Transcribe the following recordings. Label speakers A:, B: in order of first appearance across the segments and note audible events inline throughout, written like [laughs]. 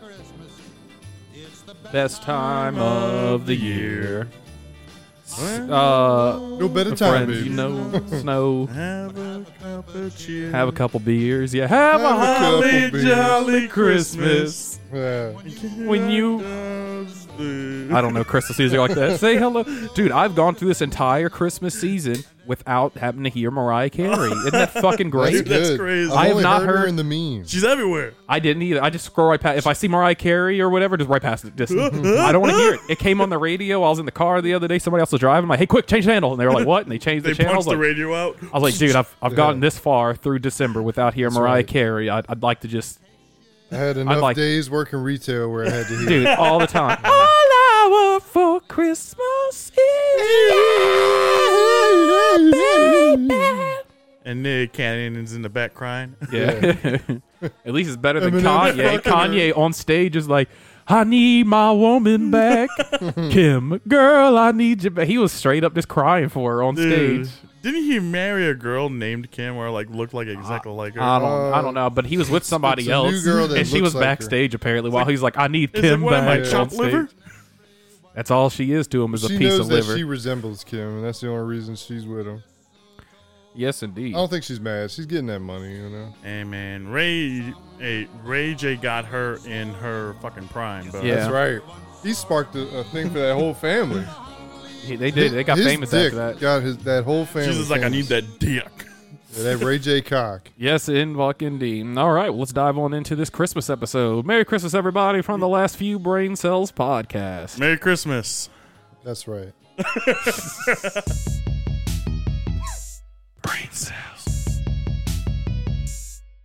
A: Christmas. It's the best,
B: Best time of the year.
C: Well,
B: Uh,
D: No better time,
B: friends,
D: baby.
B: you know, snow.
C: have a cup of cheer.
B: Have a couple beers. Yeah, have,
D: Have a
B: a
D: couple
B: holly
D: beers.
B: jolly Christmas.
D: Yeah.
B: When you- I don't know Christmas music like that. Say hello, dude. I've gone through this entire Christmas season without having to hear Mariah Carey. Isn't that fucking
D: That's
B: great?
D: good.
C: That's crazy.
D: I've
B: I have
D: only
B: not
D: her
B: heard-
D: in the memes.
C: She's everywhere.
B: I didn't either. I just scroll right past. If I see Mariah Carey or whatever, just right past it. Just I don't want to hear it. It came on the radio. I was in the car the other day. Somebody else was driving. I'm like, hey, quick, change the channel. And they were like, what? And they changed
C: [laughs] They
B: the channel. I
C: punched
B: was
C: the
B: like,
C: radio out.
B: I was like, dude, I've, I've gotten this far through December without hearing Mariah
D: right.
B: Carey. I'd, I'd like to just,
D: I had enough
B: like-
D: days working retail where I had to hear.
B: dude, all the time. [laughs] all I want for Christmas is
C: And Nick Cannon's in the back crying. [laughs]
B: Yeah. [laughs] At least it's better than
D: Eminem
B: Kanye.
D: fucking
B: Kanye on stage is like, I need my woman
D: [laughs]
B: back. Kim, girl, I need you back. He was straight up just crying for her on
C: Dude,
B: stage.
C: didn't he marry a girl named Kim or like looked like exactly like her?
B: I don't, I
D: Uh,
B: don't know, but he was with somebody
D: it's a new
B: else,
D: girl that
B: and she was
D: looks like her.
B: backstage apparently. While he's like, "I need
C: Is it
B: Kim
C: what am
B: back
C: I,
B: on
C: chopped
B: stage."
C: liver?
B: That's all she is to him is a
D: she
B: piece
D: knows
B: of
D: that
B: liver.
D: she resembles Kim, and that's the only reason she's with him.
B: Yes, indeed.
D: I don't think she's mad. She's getting that money, you know.
C: Hey man, Ray, hey, Ray J got her in her fucking prime, bro.
B: Yeah.
D: That's right. He sparked a, a thing for that whole
B: [laughs]
D: family.
B: He- they did. They got
D: His
B: famous
D: dick
B: after that.
D: Got his that whole family.
C: She's just like, I need
D: famous.
C: that dick.
D: Yeah, that Ray J. Cock.
B: Yes, in Buck indeed. All right, well, let's dive on into this Christmas episode. Merry Christmas, everybody, from the Last Few Brain Cells podcast.
C: Merry Christmas.
D: That's right.
B: Brain cells.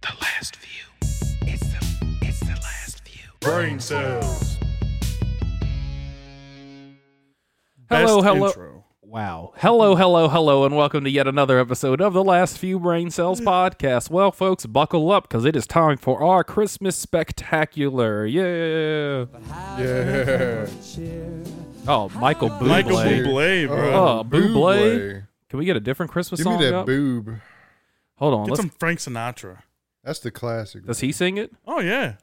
E: The last view. It's the it's the last view.
C: Brain cells.
B: Hello,
C: Best
B: hello.
C: intro.
B: Wow. Hello, hello, hello, and welcome to yet another episode of the Last Few Brain Cells podcast. Well, folks, buckle up because it is time for our Christmas spectacular. Yeah.
D: Yeah.
B: Oh, Michael Bublé.
C: Michael
D: Bublé.
C: Bublé, bro.
B: Oh, Bublé.
D: Bublé.
B: Can we get a different Christmas
D: Give me
B: song?
D: that
B: up?
D: boob.
B: Hold on.
C: Get
B: Let's,
C: some Frank Sinatra.
D: That's the classic.
B: does he sing it?
C: Oh yeah,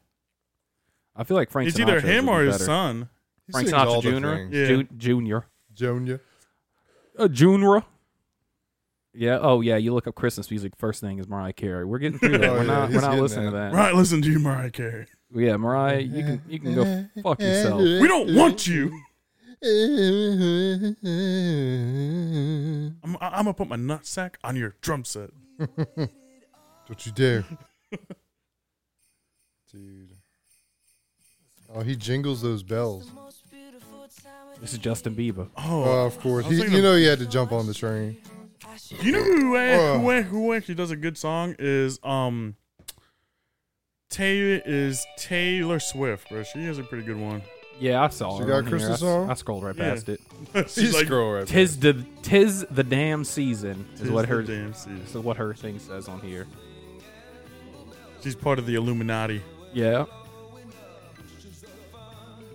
B: I feel like Frank
C: it's
B: Sinatra
C: either
B: would
C: him
B: be
C: or his
B: better.
C: son.
D: He
B: Frank
D: sings all
B: Sinatra
D: the
B: Jr.
D: things.
C: Yeah.
B: Ju- junior.
D: Junior.
B: A junior. Yeah. Oh, yeah. You look up Christmas music. First thing is Mariah Carey. We're getting through that.
D: [laughs] Oh,
B: we're
D: yeah,
B: not. We're
D: he's
B: not
D: getting
B: listening to
D: that.
B: that.
C: Right, listen to you, Mariah Carey.
B: Yeah, Mariah. You can. You can
D: [laughs]
B: go fuck yourself.
C: We don't want you.
D: Don't
C: I'm, I- I'm gonna put my nutsack on your drum set.
D: you
C: [laughs]
D: dare. Dude. Oh, he jingles those bells.
B: This is Justin Bieber.
C: Oh,
D: Oh, of course.
C: I was
D: He,
C: thinking
D: you
C: of-
D: know he had to jump on the train.
C: you know who,
D: Uh.
C: a- who, a- who actually does a good song is um. Taylor is Taylor Swift, bro. She has a pretty good one. [laughs]
B: Yeah, I saw
D: She
B: her
D: got
B: on here.
D: Christmas
B: I,
D: song?
B: I scrolled right
C: Yeah.
B: past it.
C: She's
D: He's
C: like,
D: scroll right back.
B: Tis the tis the damn season is
C: "Tis
B: what
C: the
B: her
C: damn season."
B: is what her thing says on here.
C: She's part of the Illuminati.
B: Yeah.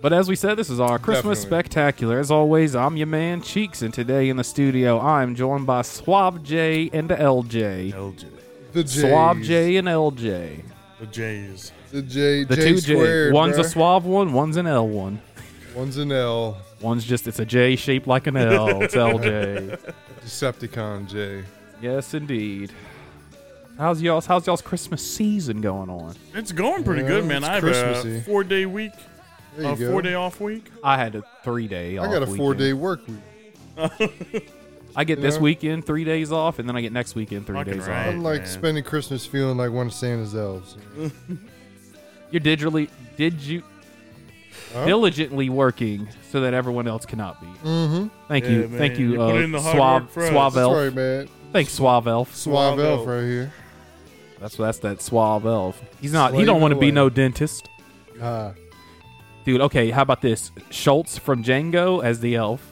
B: But as we said, this is our Christmas
D: Definitely.
B: spectacular. As always, I'm your man Cheeks, and today in the studio, I'm joined by Swab J and LJ.
C: LJ.
D: The J's.
B: Swab J and LJ.
C: The J's.
D: The J.
B: The
D: J
B: two J.
D: squared,
B: One's a
D: bruh.
B: Swab one, one's an L one.
D: One's an L.
B: One's just it's a J shaped like an L. It's
D: [laughs]
B: LJ.
D: Decepticon J.
B: Yes, indeed. How's y'all's How's y'all's Christmas season going on?
C: It's going pretty
D: Yeah,
C: good, man.
D: it's
C: I have
D: Christmassy.
C: a four day week,
D: There you
C: a
D: go.
C: four day off week.
B: I had a three day.
D: I got a four day work week.
B: I get this
D: Yeah.
B: weekend three days off, and then I get next weekend three
C: Fucking
B: days
C: right.
B: off.
D: I'm like
C: man.
D: spending Christmas feeling like one of Santa's elves.
B: You're digitally did you
D: Huh?
B: diligently working so that everyone else cannot be.
D: Mm-hmm.
B: Thank
C: Yeah,
B: you,
C: man.
B: thank you,
C: You put in
B: uh,
C: the hard
B: Suave
C: work for us.
B: Suave Elf.
D: Sorry, man.
B: Thanks, Suave Elf.
D: Suave,
C: Suave
D: elf
C: elf.
D: right here.
B: That's that's that Suave Elf. He's not. he
D: Slave
B: don't want to be
D: away.
B: no dentist, Uh,
D: Ah,
B: dude. Okay, how about this? Schultz from Django as the elf.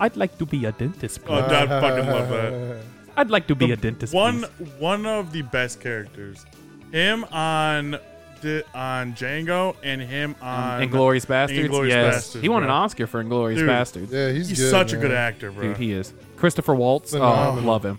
B: I'd like to be a dentist, [laughs] please.
C: Oh, I fucking love that.
B: I'd like to be a dentist.
C: One
B: please.
C: one of the best characters. Him on di- on Django and him on
B: Inglorious Bastards.
C: Inglourious
B: yes,
C: Bastards,
B: he won
C: bro.
B: an Oscar for Inglorious
C: Dude.
B: Bastards.
D: Yeah, he's,
C: He's
D: good,
C: such
D: man.
C: a good actor, bro.
B: Dude, he is Christopher Waltz. Oh,
D: Phenomenal.
B: love him.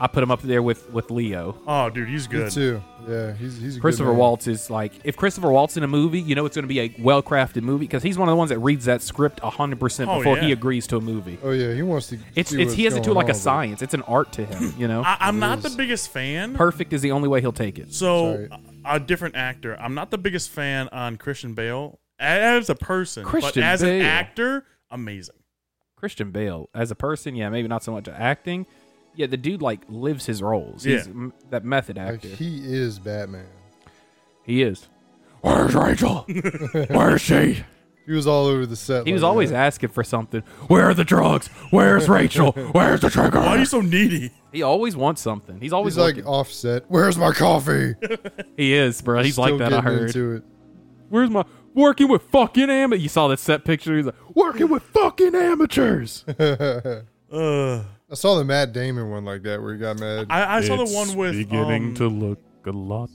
B: I put him up there with with Leo.
C: oh, dude, he's
D: Me
C: good.
D: too. Yeah, he's he's a
B: Christopher
D: good man.
B: Waltz is like if Christopher Waltz in a movie, you know it's going to be a well-crafted movie because he's one of the ones that reads that script 100%
C: Oh,
B: before he
C: yeah.
B: agrees to a movie.
D: Oh yeah, he wants to.
B: It's,
D: see
B: it's he
D: what's
B: has it to
D: going
B: like
D: on,
B: a
D: but-
B: science. It's an art to him, you know.
C: [clears throat] I, I'm not the
D: is.
C: biggest fan.
B: Perfect is the only way he'll take it.
C: so
D: Sorry.
C: a different actor. I'm not the biggest fan on Christian Bale as a person,
B: Christian
C: but as an
B: Bale.
C: actor, amazing.
B: Christian Bale as a person, yeah, maybe not so much acting. Yeah, the dude like lives his roles. He's
C: Yeah.
B: m- that method
D: Like,
B: actor.
D: he is Batman.
B: He is. Where's
D: [laughs]
B: Rachel? Where's she?
D: He was all over the set.
B: He
D: like
B: was always
D: that.
B: asking for something. Where are the drugs? Where's Rachel? Where's the trigger?
C: Why are you so needy?
B: He always wants something. He's always
D: He's like
B: looking.
D: offset. Where's my coffee?
B: he is, bro. [laughs] He's
D: Still
B: like that. I
D: getting
B: heard.
D: Into it.
B: Where's my working with fucking amateurs? You saw that set picture. He's like working with fucking amateurs.
C: Uh,
D: I saw the Matt Damon one like that where he got mad.
C: [laughs] I, I saw the one with um,
B: look a lot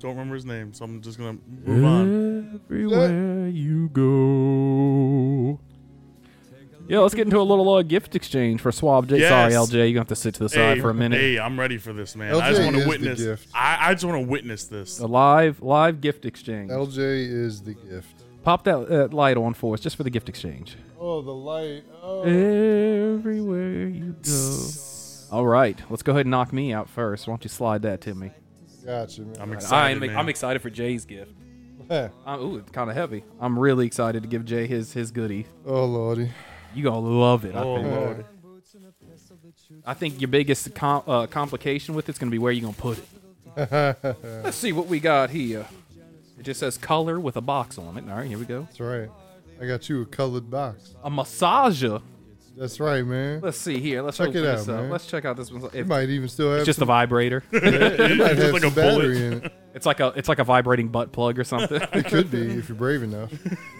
C: don't remember his name, so I'm just gonna move
B: Uh,
C: on.
B: everywhere you go. Yeah, let's get into a little uh, gift exchange for Swab J. Sorry,
C: Yes.
B: LJ, you're gonna have to sit to the side for a minute.
C: Hey, I'm ready for this, man. I
D: LJ
C: just want
D: is
C: to
D: the
C: witness.
D: gift.
C: I, I just want to witness this.
B: A live, live gift exchange.
D: LJ is the gift.
B: Pop that uh, light on for us, just for the gift exchange.
D: Oh, the light. Oh.
B: Everywhere you go. All right, let's go ahead and knock me out first. Why don't you slide that to me?
D: Gotcha, man.
C: I'm excited.
B: I'm,
C: man.
B: I'm excited for Jay's gift.
D: Heh.
B: I'm, Uh, ooh, it's kind of heavy. I'm really excited to give Jay his his goodie.
D: [laughs] oh, Lordy.
B: You gonna love it. I
C: Oh,
B: think.
C: Lord.
B: I think your biggest com- uh, complication with it's gonna be where you gonna put it.
D: [laughs]
B: Let's see what we got here. It just says color with a box on it. All right, here we go.
D: That's right. I got you a colored box.
B: A massager.
D: That's right, man.
B: Let's see here. Let's
D: Check it
B: open
D: out,
B: this up.
D: man.
B: Let's check out this one.
D: You
B: It-
D: might even still have
B: it's just a
D: some, [laughs]
B: vibrator.
D: you might
C: [laughs] just
D: have
C: like
D: some
C: a bullet.
D: battery in it.
B: it's like a it's like a vibrating butt plug or
D: [laughs]
B: something. [laughs]
D: It could be if you're brave enough.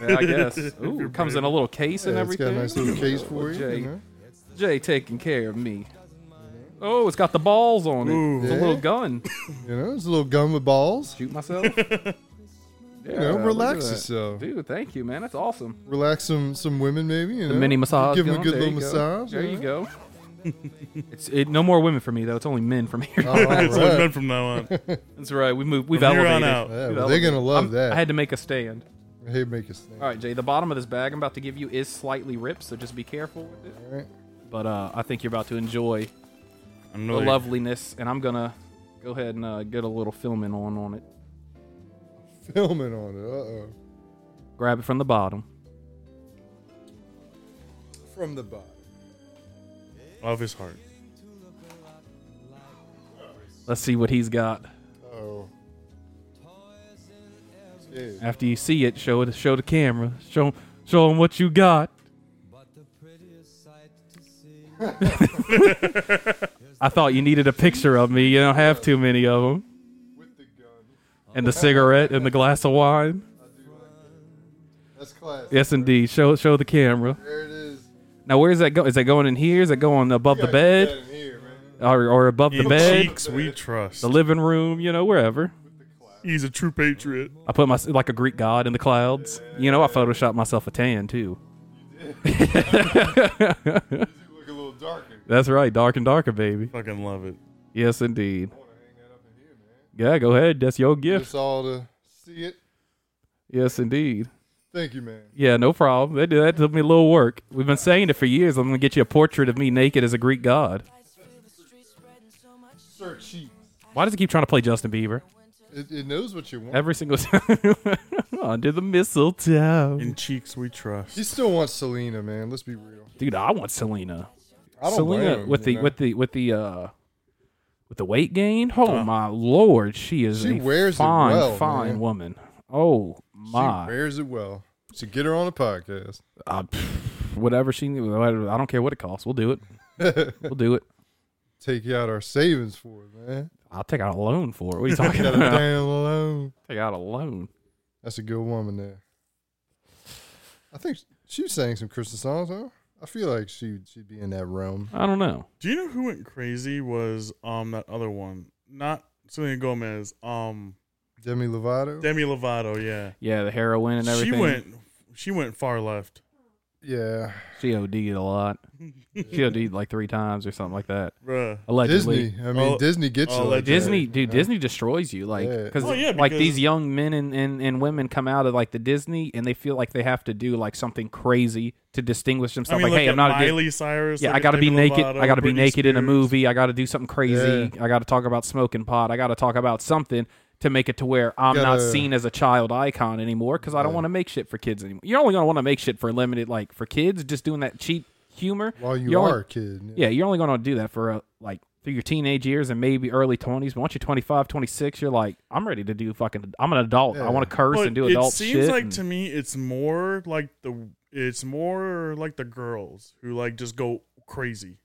B: Yeah, I guess. Ooh, it comes in a little case and
D: Yeah, it's got a
B: everything.
D: nice little case for you.
B: Jay.
D: you know?
B: Jay taking care of me. Oh, it's got the balls on it.
C: Ooh.
B: It's a little gun.
D: You know, it's a little gun with balls.
B: Shoot [laughs] myself. yeah,
D: You know,
B: look at
D: relax
B: that.
D: yourself.
B: Dude, thank you, man. That's awem.
D: Relax some some women maybe. You know?
B: mini massage.
D: Give them a
B: gun.
D: good
B: There
D: little
B: you go.
D: massage.
B: There you
D: know?
B: go. [laughs] it's it, no more women for me though. It's only men from here.
D: [laughs] All right.
C: That's what I've done from now on.
B: [laughs] That's right. We moved. We've
C: From here
B: elevated.
C: on out.
D: Yeah,
B: We've
D: well, they're
B: elevated.
D: gonna love
B: I'm-
D: that.
B: I had to make a stand.
D: Hey, make a snake.
B: All right, Jay. The bottom of this bag I'm about to give you is slightly ripped, so just be careful with it.
D: All right. [laughs]
B: But uh, I think you're about to enjoy
C: I'm
B: the
C: really
B: loveliness, and I'm gonna go ahead and uh, get a little filming on on it.
D: Filming on it. Uh oh.
B: Grab it from the bottom.
D: From the bottom.
C: of his heart.
B: Let's see what he's got.
D: Uh oh. Yeah.
B: After you see it, show it. Show the camera. Show show him what you got. [laughs] I thought you needed a picture of me. You don't have too many of them.
D: With the gun.
B: And the cigarette and the glass of wine.
D: That's classic.
B: Yes, indeed. Show show the camera.
D: There it is.
B: Now, where's that go? Is that going in here? Is that going above the bed, or or above the
C: In
B: bed,
C: cheeks we trust.
B: the living room? You know, wherever.
C: He's a true patriot.
B: I put my like a Greek god in the clouds. You know, I photoshopped myself a tan too.
D: Look a little darker.
B: That's right, dark and darker, baby.
C: Fucking love it.
B: Yes, indeed. Yeah, go ahead. That's your gift.
D: Just all to see it.
B: Yes, indeed.
D: Thank you, man.
B: Yeah, no problem. That, that took me a little work. We've been saying it for years. I'm gonna get you a portrait of me naked as a Greek god.
D: Sir cheap.
B: Why does he keep trying to play Justin Bieber
D: It, it knows what you want.
B: every single [laughs] time? Under the mistletoe.
C: In cheeks we trust.
D: he still wants Selena, man. Let's be real.
B: Dude, I want Selena.
D: I don't
B: Selena
D: blame him,
B: with the
D: you know?
B: with the with the uh with the weight gain. Oh my lord, she is
D: She
B: a
D: wears it
B: fine,
D: well,
B: fine
D: man.
B: woman. Oh
D: she
B: my,
D: wears it well. So get her on a podcast. [laughs]
B: Uh, pff, whatever she, whatever, I don't care what it costs. We'll do it. we'll do it.
D: Take out our savings for it, man.
B: I'll take out a loan for
C: [laughs]
B: it. What are you talking
D: Got
B: [laughs]
D: a
B: about?
D: damn loan.
B: take out a loan.
D: That's a good woman there. I think she sang some Christmas songs, huh? I feel like she she'd be in that realm.
B: I don't know.
C: Do you know who went crazy was um that other one? Not Selena Gomez. Um
D: Demi Lovato.
C: Demi Lovato, yeah.
B: Yeah, the heroin and
C: She
B: everything.
C: went she went far left.
D: Yeah.
B: She OD'd a
C: [laughs]
B: lot. She OD'd like three times or something like that.
C: Bruh.
B: Allegedly.
D: Disney. I mean,
C: Oh,
D: Disney gets you. like
C: allegedly.
D: that.
B: Disney, dude,
D: Yeah.
B: Disney destroys you. Like,
D: Yeah.
B: cause
C: Well, yeah,
B: like
C: because-
B: these young men and, and, and women come out of like the Disney and they feel like they have to do like something crazy to distinguish
C: I
B: themselves.
C: mean,
B: like, hey,
C: look
B: I'm
C: at
B: not a good.
C: Miley Cyrus.
B: Yeah,
C: look
B: I
C: at
B: gotta be
C: Demi
B: naked.
C: Lovato,
B: I gotta be
C: Britney
B: naked in a
C: Spears.
B: movie. I gotta do something crazy. I gotta talk about smoking pot. I gotta talk about something to make it to where I'm not
D: Gotta-
B: seen as a child icon anymore because I don't want to make shit for kids anymore. You're only gonna want to make shit for limited, like for kids, just doing that cheap humor.
D: While you
B: You're
D: are
B: only-
D: a kid.
B: yeah, you're only gonna do that for uh, like through your teenage years and maybe early 20s. But once you're 25, 26, you're like, I'm ready to do fucking. I'm an adult. I
D: Yeah.
B: want to curse
C: But
B: and do
C: it
B: adult
C: seems
B: shit.
C: like
B: and-
C: to me, it's more like the it's more like the girls who like just go crazy.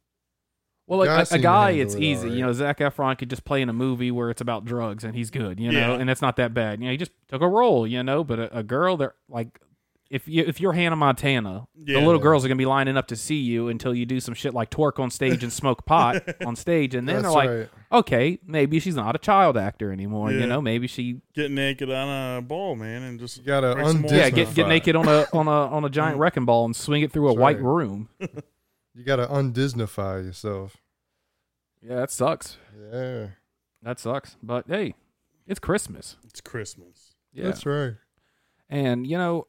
B: Well, like,
D: Guy
B: a, a
D: seemed to
B: guy,
D: handle
B: it's
D: it
B: easy.
D: alright.
B: You know, Zach Efron could just play in a movie where it's about drugs and he's good, you know,
C: Yeah.
B: and it's not that bad. You know, he just took a role, you know, but a, a girl, they're like, if, you, if you're Hannah Montana,
C: Yeah.
B: the little girls are going to be lining up to see you until you do some shit like twerk on stage and
D: [laughs]
B: smoke pot on stage. And then they're
D: That's
B: like,
D: right.
B: okay, maybe she's not a child actor anymore, you
C: Yeah.
B: know, maybe she.
C: Get naked on a ball, man, and just
D: You gotta
C: break some
D: undo
C: walls
B: Yeah,
D: Disney
B: get, get
D: fight.
B: naked on a on a on a
D: [laughs]
B: giant wrecking ball and swing it through a
D: That's
B: white
D: right.
B: room.
D: You gotta undisnify yourself.
B: Yeah, that sucks.
D: Yeah.
B: That sucks. But hey, it's Christmas.
C: It's Christmas.
B: Yeah.
D: That's right.
B: And you know,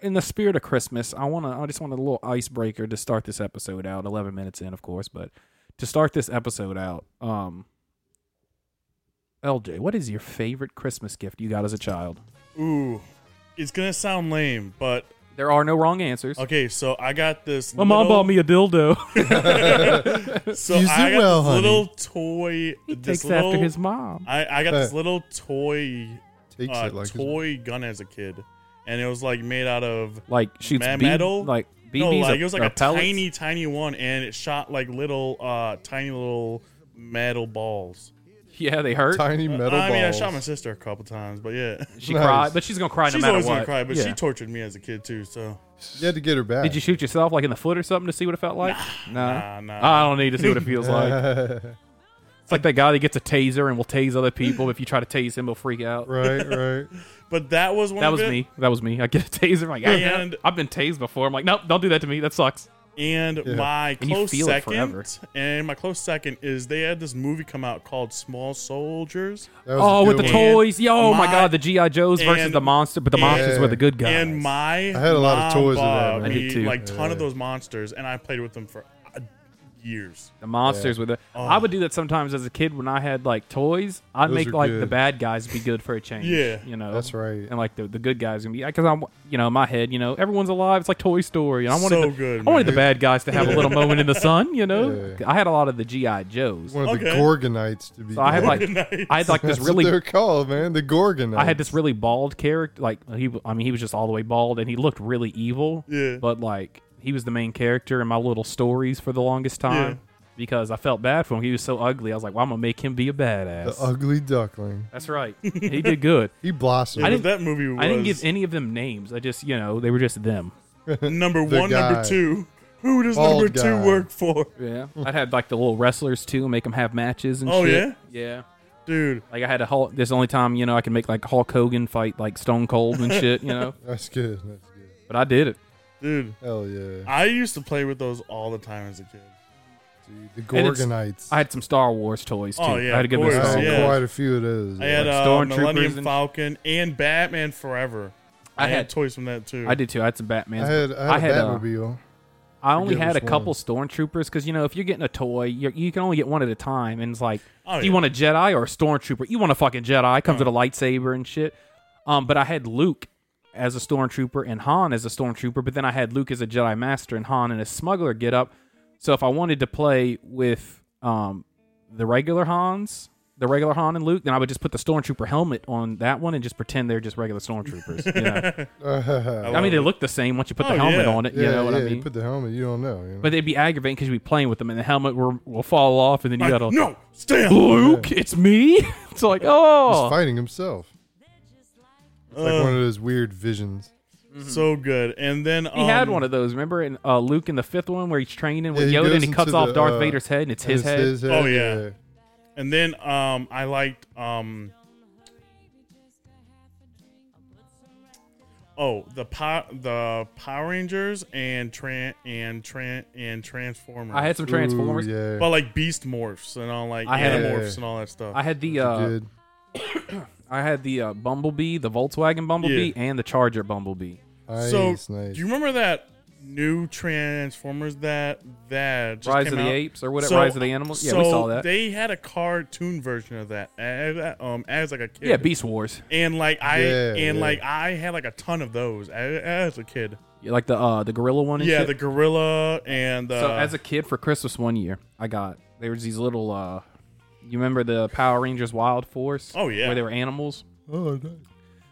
B: in the spirit of Christmas, I wanna I just want a little icebreaker to start this episode out. Eleven minutes in, of course, but to start this episode out, um LJ, what is your favorite Christmas gift you got as a child?
C: Ooh, it's gonna sound lame, but
B: There are no wrong answers.
C: okay. So I got this.
B: My mom
C: little-
B: bought me a
C: [laughs]
B: dildo.
C: So
D: Use
C: I
D: it
C: got
D: well,
C: this
D: honey.
C: little toy.
B: he
C: this
B: takes
C: little,
B: after his mom.
C: I, I got this
D: Huh.
C: little toy,
D: Takes
C: uh,
D: it like his-
C: toy gun as a kid, and it was like made out of
B: Like shoots
C: Ma-
B: B-
C: metal?
B: like BBs
C: no, like
B: or-
C: it was
B: or
C: like a
B: pellets.
C: tiny, tiny one, and it shot like little, uh, tiny little metal balls.
B: Yeah, they hurt.
D: tiny metal
C: I mean, I
D: balls.
C: shot my sister a couple times, but yeah,
B: She
D: Nice.
B: cried, but [laughs] she's gonna cry
C: she's
B: no matter
C: always
B: what.
C: gonna cry. But
B: yeah.
C: she tortured me as a kid too, so
D: You had to get her back.
B: Did you shoot yourself like in the foot or something to see what it felt like? Nah.
C: nah, nah.
B: I don't need to see what it feels
D: [laughs]
B: like. It's like that guy that gets a taser and will tase other people. If you try to tase him, he'll freak out. [laughs]
D: right, right.
C: but that was one.
B: That
C: of
B: was
C: it.
B: me. That was me. I get a taser. I'm like, "Ah, yeah,
C: And-
B: I've been tased before. I'm like, nope, don't do that to me. That sucks.
C: And
D: Yeah.
C: my
B: And you
C: close
B: feel it forever.
C: second, and my close second is they had this movie come out called Small Soldiers,
D: That was a
B: Oh, with the
D: good one.
C: one.
B: toys. Yo, oh my
C: My-
B: God, the GI Joes versus
C: and-
B: the monster, but the monsters
D: Yeah.
B: were the good guys.
C: and my
D: I had a lot of toys of that,
B: man. I did too.
C: like ton of
D: Yeah.
C: those monsters, and I played with them for uh, years.
B: the monsters were the.
C: Oh.
B: I would do that sometimes as a kid when I had like toys. I'd
D: Those
B: make
D: are
B: like the
D: good.
B: bad guys be good for a change.
C: Yeah.
B: you know
D: That's right.
B: And like the, the good guys gonna be because I'm you know in my head you know everyone's alive. It's like Toy Story. And I wanted
C: So
B: the,
C: good,
B: I wanted the
C: man.
B: bad guys to have a little moment in the sun. You know,
D: Yeah.
B: I had a lot of the GI Joes.
D: One of the
C: Okay.
D: Gorgonites to be.
B: So I had
C: [laughs]
B: like
C: Gorgonites.
B: I had like this
D: That's what
B: really
D: they're called, man. The Gorgonites.
B: I had this really bald character. Like he, I mean, he was just all the way bald, and he looked really evil.
C: Yeah.
B: But like, he was the main character in my little stories for the longest time because I felt bad for him. He was so ugly. I was like, well, I'm gonna make him be a
D: The
B: badass.
D: ugly duckling.
B: That's right. he did
D: [laughs]
B: good.
D: He blossomed.
C: Yeah,
B: I
C: but
B: didn't-
C: that movie was
B: I didn't [laughs] give any of them names. I just, you know, they were just them.
C: number
D: the
C: one,
D: guy.
C: number two. Who does
D: Bald
C: number
D: guy.
C: two work for?
B: Yeah. I had like the little wrestlers too, make them have matches and
C: Oh,
B: shit. yeah. Yeah.
C: Dude,
B: Like I had a Hulk. This is the only time you know I can make like Hulk Hogan fight like Stone Cold
C: [laughs]
B: and shit. You know,
D: That's good. That's good.
B: but I did it.
C: dude.
D: Hell yeah,
C: I used to play with those all the time as a kid.
D: dude. The
B: And it's-
D: Gorgonites.
B: I had some Star Wars toys too.
C: Oh, yeah,
B: I had a
C: of
B: good bit
D: I
B: of
C: course,
B: Star
D: had
B: Wars.
C: yeah.
D: quite a few of those.
C: I had
B: like
C: uh,
B: Stormtroopers
C: Millennium
B: and-
C: Falcon and Batman Forever.
B: I
C: I, had,
B: had-
C: toys from that too.
B: I did too. I had some Batman.
D: I had, I had,
B: I had, uh,
D: a Batmobile. [laughs]
B: I only
D: Forget
B: had a
D: which
B: couple
D: one.
B: stormtroopers because you know if you're getting a toy, you're, you can only get one at a time, and it's like,
C: Oh,
B: do you
C: yeah.
B: want a Jedi or a stormtrooper? You want a fucking Jedi? Comes with a lightsaber and shit. Um, but I had Luke as a stormtrooper and Han as a stormtrooper, but then I had Luke as a Jedi Master and Han and a smuggler get up. So if I wanted to play with um the regular Hans, the regular Han and Luke, then I would just put the stormtrooper helmet on that one and just pretend they're just regular stormtroopers. you know? I mean, they look the same once you put the
C: Oh,
B: helmet
C: yeah.
B: on it.
D: yeah,
B: you know what
D: yeah.
B: I mean?
D: You put the helmet. You don't know. You know?
B: But they'd be aggravating because you'd be playing with them, and the helmet were, will fall off, and then you
C: Like,
B: gotta
C: no, stay on.
B: Luke, it's me. [laughs] It's like
D: He's
B: oh,
D: fighting himself. It's like
C: Uh.
D: one of those weird visions.
C: So good. And then um,
B: he had one of those. Remember in uh, Luke in the fifth one where he's training with
D: Yeah, he
B: Yoda,
D: goes
B: and he
D: into
B: cuts off
D: the,
B: Darth
D: uh,
B: Vader's head, and it's
D: And
B: his
D: it's
B: head.
D: his
C: Oh, yeah. And then um, I liked um, Oh, the po- the Power Rangers and Tran and Tran and Transformers.
B: I had some Transformers.
D: Ooh, yeah.
C: but like Beast Morphs and all like
B: I had-
C: Animorphs and all that stuff.
B: I had the uh,
D: Good.
B: I had the uh, Bumblebee, the Volkswagen Bumblebee, and the Charger Bumblebee.
D: Nice,
C: so
D: nice.
C: do you remember that new Transformers that that just
B: Rise
C: came
B: of the
C: out?
B: Apes or whatever.
C: So-
B: Rise of the Animals. Yeah, we
C: so
B: saw that.
C: They had a cartoon version of that as, um, as like a kid.
B: yeah, Beast Wars.
C: and like I
D: Yeah,
C: and
D: yeah.
C: like I had like a ton of those as, as a kid.
B: You Like the uh, the gorilla one. And
C: Yeah,
B: shit?
C: the uh, gorilla and the
B: So as a kid for Christmas one year, I got there was these little uh you remember the Power Rangers Wild Force?
C: Oh, yeah.
B: Where they were animals.
D: oh, nice.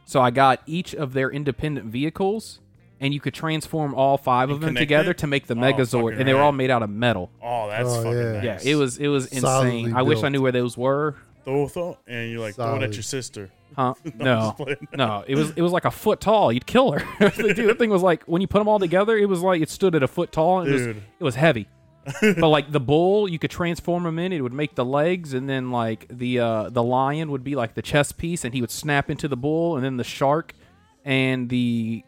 B: So I got each of their independent vehicles and you could transform all five of
C: And
B: them
C: connect
B: together
C: it?
B: to make the
C: Oh,
B: Megazord
C: fucking
B: and they were all
C: right.
B: made out of metal.
C: oh that's
D: Oh,
C: fucking
D: yeah.
B: Yeah,
C: nice.
B: it was it was insane.
D: Solidly
B: I wish I
D: built.
B: knew where those were.
C: throw, throw and you like throw it at
D: Solid.
C: your sister. [laughs]
B: Huh?
C: I'm
B: No.
C: just playing.
B: No, it was it was like a foot tall. You'd kill her. [laughs] Dude, that thing was like when you put them all together, it was like it stood at a foot tall. And it was
C: Dude.
B: it was
C: [laughs]
B: heavy. but like the bull, you could transform him in. It would make the legs, and then like the uh, the lion would be like the chest piece, and he would snap into the bull, and then the shark and the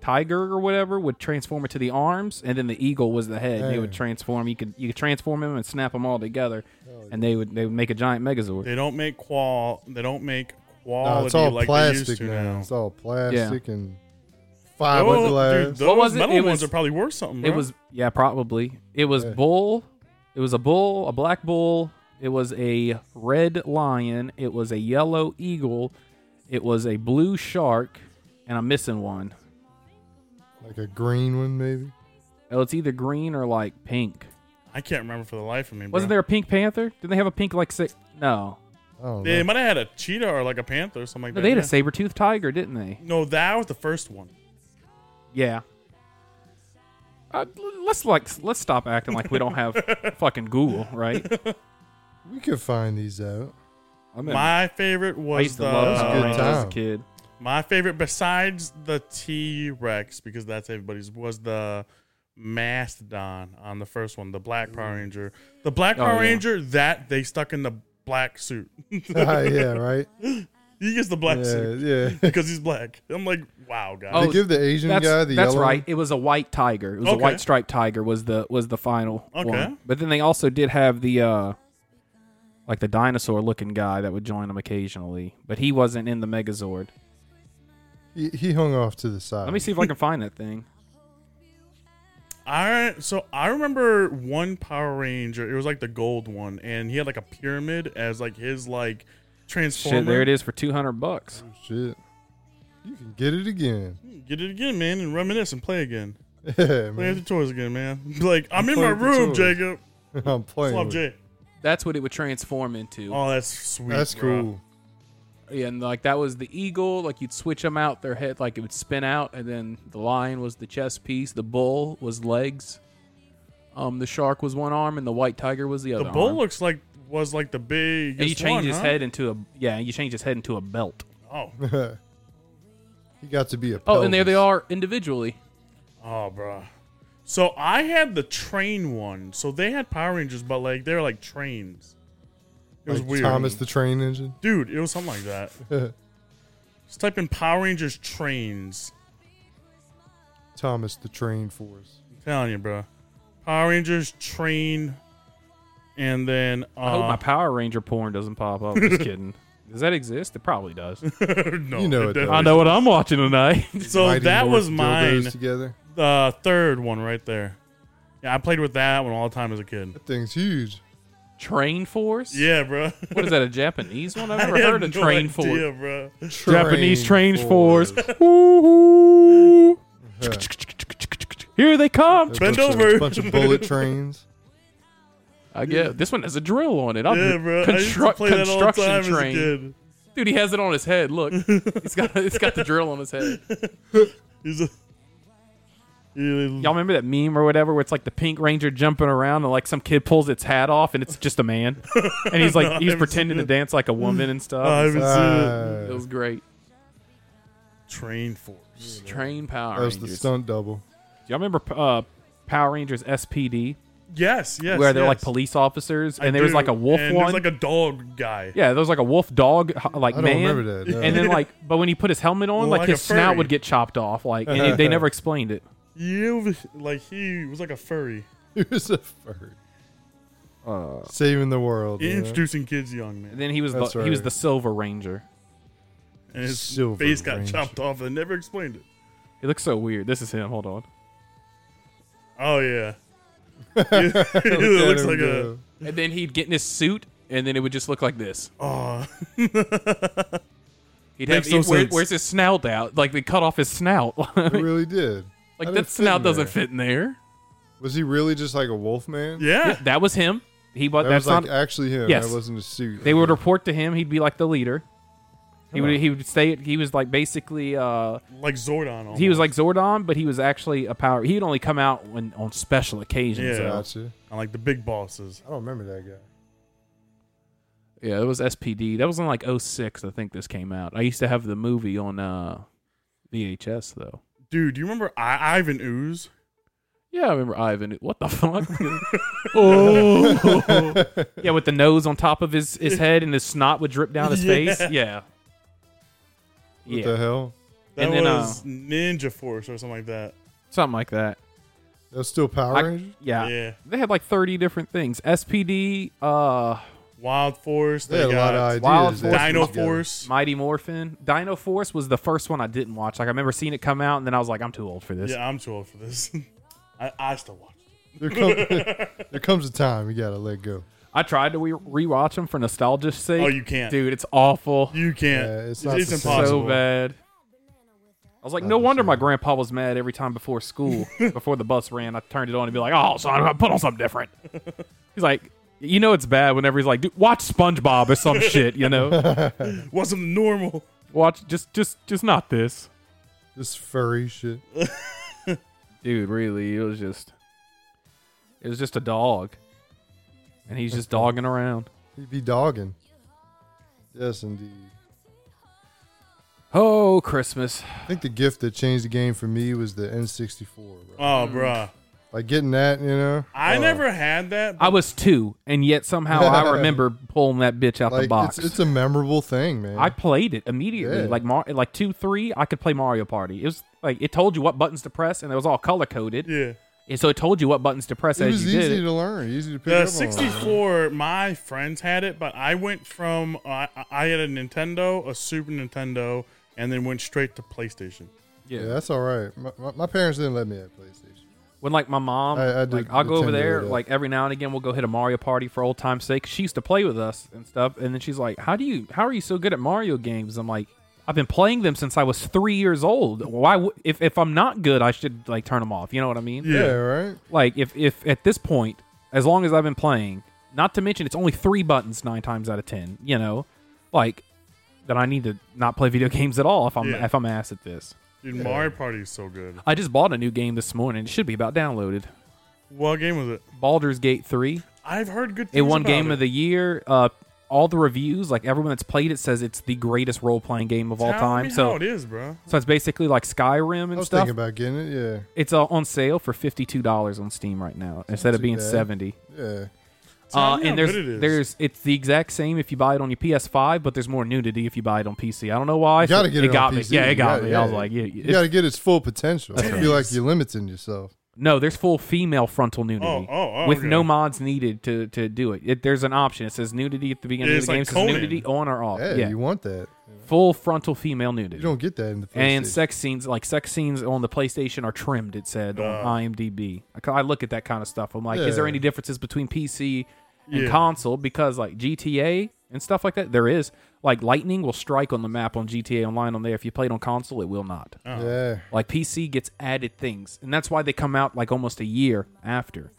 B: tiger or whatever would transform into the arms, and then the eagle was the head. and They would
D: Hey.
B: transform. You could you could transform him and snap them all together,
C: Oh,
B: and they would they would make a giant megazord.
C: They don't make qual. They don't make quality
D: No, it's all
C: like they used
D: plastic
C: to
D: now.
C: now.
D: It's all plastic and five glass.
C: dude, those
B: What was it?
C: metal
B: It
C: ones
B: was-
C: are probably worth something.
B: It
C: bro.
B: was yeah, probably. It was
D: Yeah.
B: bull. It was a bull, a black bull. It was a red lion. It was a yellow eagle. It was a blue shark, and I'm missing one.
D: like a green one, maybe.
B: Oh, it's either green or like pink.
C: I can't remember for the life of me.
B: Wasn't
C: bro.
B: there a pink panther? Did they have a pink like six? No,
D: I don't
C: They
D: know.
C: might have had a cheetah or like a panther or something like
B: no,
C: that.
B: they had a
C: yeah.
B: saber toothed tiger, didn't they?
C: no, that was the first one.
B: Yeah. Uh, l- let's like let's stop acting like we don't
D: [laughs]
B: have fucking Google, right?
D: we could find these
C: [laughs]
D: out.
B: I'm in-
C: My favorite was uh,
B: I used to
C: the
B: love Power
D: Good
B: Rangers as a
D: time.
B: kid.
C: my favorite besides the T Rex because that's everybody's was the mastodon on the first one, the black Power Ranger. The black
B: Oh,
C: Power
B: yeah.
C: Ranger that they stuck in the black suit. [laughs]
D: Ah, yeah, right.
C: He gets the black
D: Yeah,
C: suit [laughs]
B: [laughs]
D: yeah.
C: because he's black. I'm like, wow, guys.
B: Oh,
D: they give the Asian
B: that's,
D: guy the
B: that's
D: yellow.
B: right. It was a white tiger. It was
C: Okay.
B: a white striped tiger. Was the was the final
C: Okay.
B: one. But then they also did have the uh, like the dinosaur looking guy that would join them occasionally, but he wasn't in the Megazord.
D: He, he hung off to the side.
B: Let me see if I can find that
C: [laughs]
B: thing.
C: I so I remember one Power Ranger. It was like the gold one, and he had like a pyramid as like his like transformer.
B: Shit, there it is for two hundred bucks.
D: Oh, Shit. You can get it again. [laughs]
C: Mm, Get it again, man, and reminisce and play again.
D: Yeah,
C: Play with the
D: man.
C: toys again, man. [laughs] Like I'm, in
D: Mm-hmm. Play
C: my
D: with the
C: room,
D: toys. [laughs]
C: Jacob.
D: I'm playing.
C: Slap
D: with it.
C: J.
B: That's what it would transform into.
C: Oh, that's sweet.
D: That's
C: bro.
D: cool.
B: Yeah, and like that was the eagle. Like you'd switch them out. Their head like it would spin out, and then the lion was the chest piece. The bull was legs. Um, the shark was one arm, and the white tiger was the other.
C: The bull
B: arm.
C: looks like was like the big.
B: And you change his head into a yeah, and you change his head into a belt.
C: Oh,
D: [laughs] he got to be a.
B: Oh, and there they
D: pelvis.
B: are individually.
C: oh, bro. So I had the train one. So they had Power Rangers, but like they were like trains. It was
D: Like
C: weird.
D: Thomas the Train Engine. [laughs]
C: Dude, it was something like that. Just type in Power Rangers trains.
D: Thomas the Train Force.
C: I'm telling you, bro. Power Rangers train, and then uh,
B: I hope my Power Ranger porn doesn't pop up.
C: [laughs]
B: Just kidding. Does that exist? It probably does.
C: uh, no,
D: You know it does.
B: I know what I'm watching tonight.
C: So
D: Mighty
C: that
D: Morph
C: was
D: dildos
C: mine.
D: Together.
C: The third one right there. Yeah, I played with that one all the time as a kid.
D: That thing's huge.
B: [laughs] Train Force?
C: Yeah, [laughs] bro.
B: What is that? A Japanese one? I've
C: I
B: never heard of
C: have no
B: Train
C: idea,
B: Force.
C: bro.
B: Japanese Train Force.
C: [laughs]
B: Woohoo! Here they come!
D: There's
C: Bend
D: a bunch of-
C: over.
D: bunch of bullet
C: [laughs]
D: trains.
B: I get this one has a drill on it. I'm
C: Yeah, bro. I used to
B: construct-
C: play that all the time
B: construction
C: as a
B: train.
C: kid.
B: Dude, he has it on his head. Look, it's got it's got the drill on his
C: [laughs]
B: head.
C: He's a, He-
B: Y'all remember that meme or whatever where it's like the Pink Ranger jumping around and like some kid pulls its hat off and it's just a
C: [laughs]
B: man. And he's like
C: No, I
B: he's
C: haven't
B: pretending to
C: seen
B: dance like a woman and stuff.
C: I haven't seen
B: it
D: Ah,
B: was great.
C: it. Train Force.
B: Train Power
D: that was the
B: Rangers.
D: stunt double.
B: Y'all remember uh, Power Rangers SPD?
C: Yes, yes.
B: where they're like
C: yes.
B: police officers,
C: I
B: and there was
C: do.
B: like a wolf
C: and
B: one.
C: There's like a dog guy.
B: yeah, there was like a wolf dog h- like
D: I don't
B: man.
D: remember that. no.
C: [laughs]
B: And then like, but when he put his helmet on,
C: Well,
B: like,
C: like
B: his
C: a
B: snout
C: furry.
B: would get chopped off. Like, and
D: Uh-huh.
B: it- they never explained it.
C: You like he was like a furry.
D: [laughs] he was a furry. Saving the world. you know?
C: Introducing kids, young man.
B: And then he was the,
D: That's
B: he was
D: right.
B: the Silver Ranger.
C: And his
D: Silver
C: face got
D: Ranger.
C: chopped off. and never explained it.
B: He looks so weird. This is him. Hold on.
C: Oh [laughs] yeah. it looks
D: Adam
C: like a
D: Grove.
B: And then he'd get in his suit, and then it would just look like this.
C: oh
B: He'd
C: Makes
B: have
C: no
B: he- where-
C: sense.
B: where's his snout out? Like they cut off his snout. [laughs]
D: It really did.
B: like
D: How did it
B: that
D: fit
B: snout
D: in
B: doesn't
D: there?
B: fit in there.
D: Was he really just like a wolf man?
B: Yeah,
C: yeah.
B: that was him. He but
D: That
B: that's
D: was like
B: not.
D: actually him.
B: Yes.
D: That wasn't a suit.
B: they would report to him. He'd be like the leader. He would he would stay. He was like basically. uh
C: Like Zordon. Almost.
B: He was like Zordon, but he was actually a power. He'd only come out when on special occasions.
C: Yeah.
D: Gotcha.
C: And, like the big bosses.
D: I don't remember that guy.
B: Yeah, it was SPD. That was in like 06, I think this came out. I used to have the movie on uh, VHS though.
C: Dude, do you remember I- Ivan Ooze?
B: Yeah, I remember Ivan. What the [laughs] fuck?
C: [laughs]
B: oh, yeah, with the nose on top of his, his head and his snot would drip down his face.
C: Yeah.
B: Yeah, yeah,
D: What the hell?
C: That
B: And then, uh,
C: was Ninja Force or something like that.
B: something like that.
D: That was still Power
B: I-
D: Rangers?
B: yeah.
C: Yeah.
B: they had like thirty different things. SPD, uh,
C: Wild Force.
D: They had a lot of ideas.
B: Wild
D: they
B: Force
D: threw
C: Dino
D: together.
C: Force.
B: Mighty Morphin, Dino Force was the first one I didn't watch. Like I remember seeing it come out, and then I was like, I'm too old for this.
C: Yeah, I'm too old for this. [laughs] I, I still watch. it.
D: There, come,
C: [laughs]
D: there comes a time you gotta let go.
B: I tried to re- rewatch them for nostalgia's sake.
C: Oh, you can't.
B: dude, it's awful.
C: You can't.
D: Yeah, it's
C: it's
D: not
C: it's
D: the same.
C: impossible.
B: so bad. I was like, no wonder my grandpa was mad every time before [laughs] school, before the bus ran. I turned it on and be like, oh, son, I put on something different. He's like, you know, it's bad whenever he's like, Dude, watch SpongeBob or [laughs] some shit, you know,
C: Wasn't normal.
B: watch just, just, just not this,
D: This furry shit.
B: dude. Really, it was just, it was just a dog, and he's just dogging around.
D: He'd be dogging. Yes, indeed.
B: Oh, Christmas!
D: I think the gift that changed the game for me was the N64. Bro.
C: Oh,
B: Mm.
C: bruh.
D: Like getting that, you know.
C: I
D: Oh.
C: never had that.
B: I was two, and yet somehow [laughs] I remember pulling that bitch out the
D: Like
B: box.
D: it's, it's a memorable thing, man.
B: I played it immediately.
D: Yeah.
B: Like Mar- like two, three, I could play Mario Party. It was like it told you what buttons to press, and it was all color coded,
C: Yeah.
B: and so it told you what buttons to press
D: it
B: as
D: was
B: you
D: easy
B: did. It.
D: to learn, easy to pick
C: The
D: up
C: 64, my friends had it, but I went from I I had a Nintendo, a Super Nintendo, and then went straight to PlayStation.
D: on. Yeah, that's all right. My, my, my parents didn't let me have PlayStation.
B: When like my mom,
D: I- I did
B: like I'll go over
D: Nintendo
B: there.
D: with that.
B: Like every now and again, we'll go hit a Mario Party for old time's sake. She used to play with us and stuff, and then she's like, "How do you? How are you so good at Mario games?" I'm like. I've been playing them since I was three years old. Why, w- if if I'm not good, I should like turn them off. You know what I mean?
D: Yeah,
C: Yeah.
D: right.
B: Like if if at this point, as long as I've been playing, not to mention it's only three buttons nine times out of ten, you know, like then I need to not play video [laughs] games at all if I'm
C: Yeah.
B: if I'm ass at this.
C: Dude, Mario Party is so good.
B: I just bought a new game this morning. It should be about downloaded.
C: What game was it?
B: Baldur's Gate three.
C: I've heard good
B: It
C: things.
B: won
C: about
B: game
C: it.
B: of the year. Uh, all the reviews, like everyone that's played it, says it's the greatest role playing game of all
C: Tell
B: time.
C: me how
B: So
C: it is, bro.
B: so it's basically like Skyrim
D: I
B: and
D: was
B: stuff.
D: thinking about getting it. Yeah,
B: It's uh, on sale for fifty two dollars on Steam right now instead of
D: too
B: being
D: bad.
B: seventy.
D: yeah.
C: Tell
B: Uh,
C: me how
B: and there's
C: good it is.
B: there's it's the exact same if you buy it on your PS5, but there's more nudity if you buy it on PC. I don't know why.
D: You gotta
B: so
D: get it, on
B: got me.
D: PC.
B: Yeah, it
D: You
B: got
D: gotta-
B: me. I
D: yeah.
B: was like, yeah,
D: you
B: it's-
D: got to get its full potential. I feel like you're limiting yourself.
B: no, there's full female frontal nudity
C: Oh, oh, oh,
B: with
C: okay.
B: no mods needed to to do it. it. There's an option. It says nudity at the beginning of
C: It's
B: the game. It
C: like
B: says
C: Conan.
B: nudity on or off.
D: Yeah,
B: yeah,
D: you want that.
B: full frontal female nudity.
D: You don't get that in the
B: and
D: PlayStation.
B: sex scenes like sex scenes on the PlayStation are trimmed. It said on IMDb. I, I look at that kind of stuff. I'm like, is there
D: Yeah.
B: any differences between PC and
C: Yeah.
B: console? Because like GTA and stuff like that, there is. Like lightning will strike on the map on GTA Online on there. If you played on console, it will not.
D: yeah,
B: Like PC gets added things, and that's why they come out like almost a year after.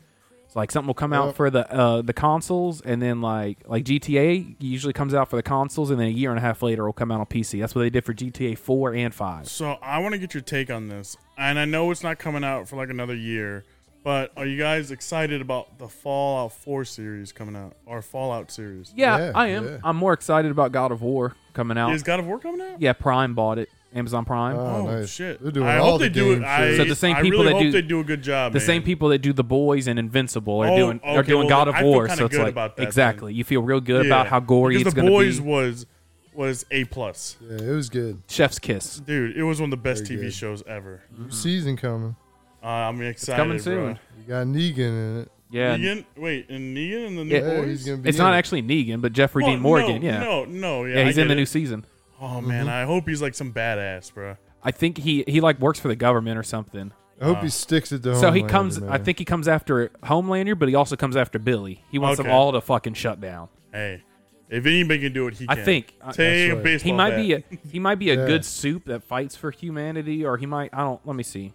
B: It's like something will come out
D: Yep.
B: for the uh, the consoles, and then like like GTA usually comes out for the consoles, and then a year and a half later will come out on PC. That's what they did for GTA four and five.
C: So I want to get your take on this, and I know it's not coming out for like another year, but are you guys excited about the Fallout 4 series coming out or Fallout series?
B: Yeah,
D: Yeah,
B: I am.
D: yeah.
B: I'm more excited about God of War coming out.
C: Is God of War coming out?
B: yeah, Prime bought it. Amazon Prime.
D: Oh,
C: Oh,
D: nice.
C: shit!
D: They're doing
C: I
D: all
C: hope
D: the
C: they do
D: game
C: it. I,
B: shows. So the same
C: I
B: people
C: really
B: that
C: hope
B: do-
C: they do a good job.
B: the
C: man.
B: same people that do The Boys and Invincible are
C: Oh,
B: doing are
C: okay,
B: doing
C: well,
B: God
C: then
B: of
C: I feel
B: War,
C: kinda
B: so it's
C: good
B: like
C: about that then.
B: exactly you feel real good
C: Yeah.
B: about how gory
C: Because
B: it's
C: the
B: going to
C: boys
B: be.
C: was was a plus,
D: Yeah, it was good.
B: Chef's Kiss.
C: dude. It was one of the best
D: Very
C: TV
D: good.
C: shows ever.
D: New season coming.
C: Uh, I'm excited.
B: Mm-hmm. coming soon.
D: You got Negan in it.
B: Yeah,
C: Bro. Negan, wait, and Negan and the new
B: Yeah.
D: Yeah,
C: boys.
D: he's gonna be
B: it's
D: in
B: not
D: it.
B: actually Negan, but Jeffrey
C: Oh,
B: Dean Morgan.
C: no,
B: yeah,
C: no, no, yeah,
B: yeah, he's
C: I
B: in the
C: get
B: new
C: it.
B: season.
C: Oh
B: Mm-hmm.
C: man, I hope he's like some badass, bro.
B: I think he he like works for the government or something.
D: I hope he sticks it to
B: Uh, so he
D: Homelander,
B: comes. I
D: man.
B: think he comes after Homelander, but he also comes after Billy. He wants
C: Okay.
B: them all to fucking shut down.
C: Hey, if anybody can do it, he
B: I
C: can.
B: think uh, I-
C: Take
D: That's
C: a
D: right.
B: he
C: baseball
B: might
C: bat.
B: be a he might be a
D: Yeah.
B: good soup that fights for humanity, or he might. I don't. Let me see.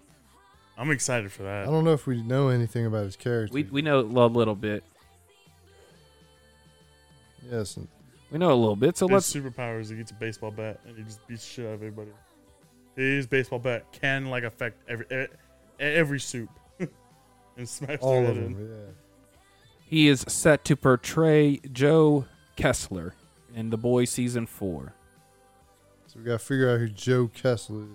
C: I'm excited for
D: I
C: that.
D: don't know if we know anything about his character.
B: We we know a little bit.
D: yes, and
B: We know a little bit. So
C: His
B: let's.
C: superpower is he gets a baseball bat and he just beats the shit out of everybody. His baseball bat can like affect every e- every soup [laughs] and smash
D: all
C: their
D: of
C: head in.
D: them. Yeah.
B: He is set to portray Joe Kessler in The Boys season four.
D: So we got to figure out who Joe Kessler is.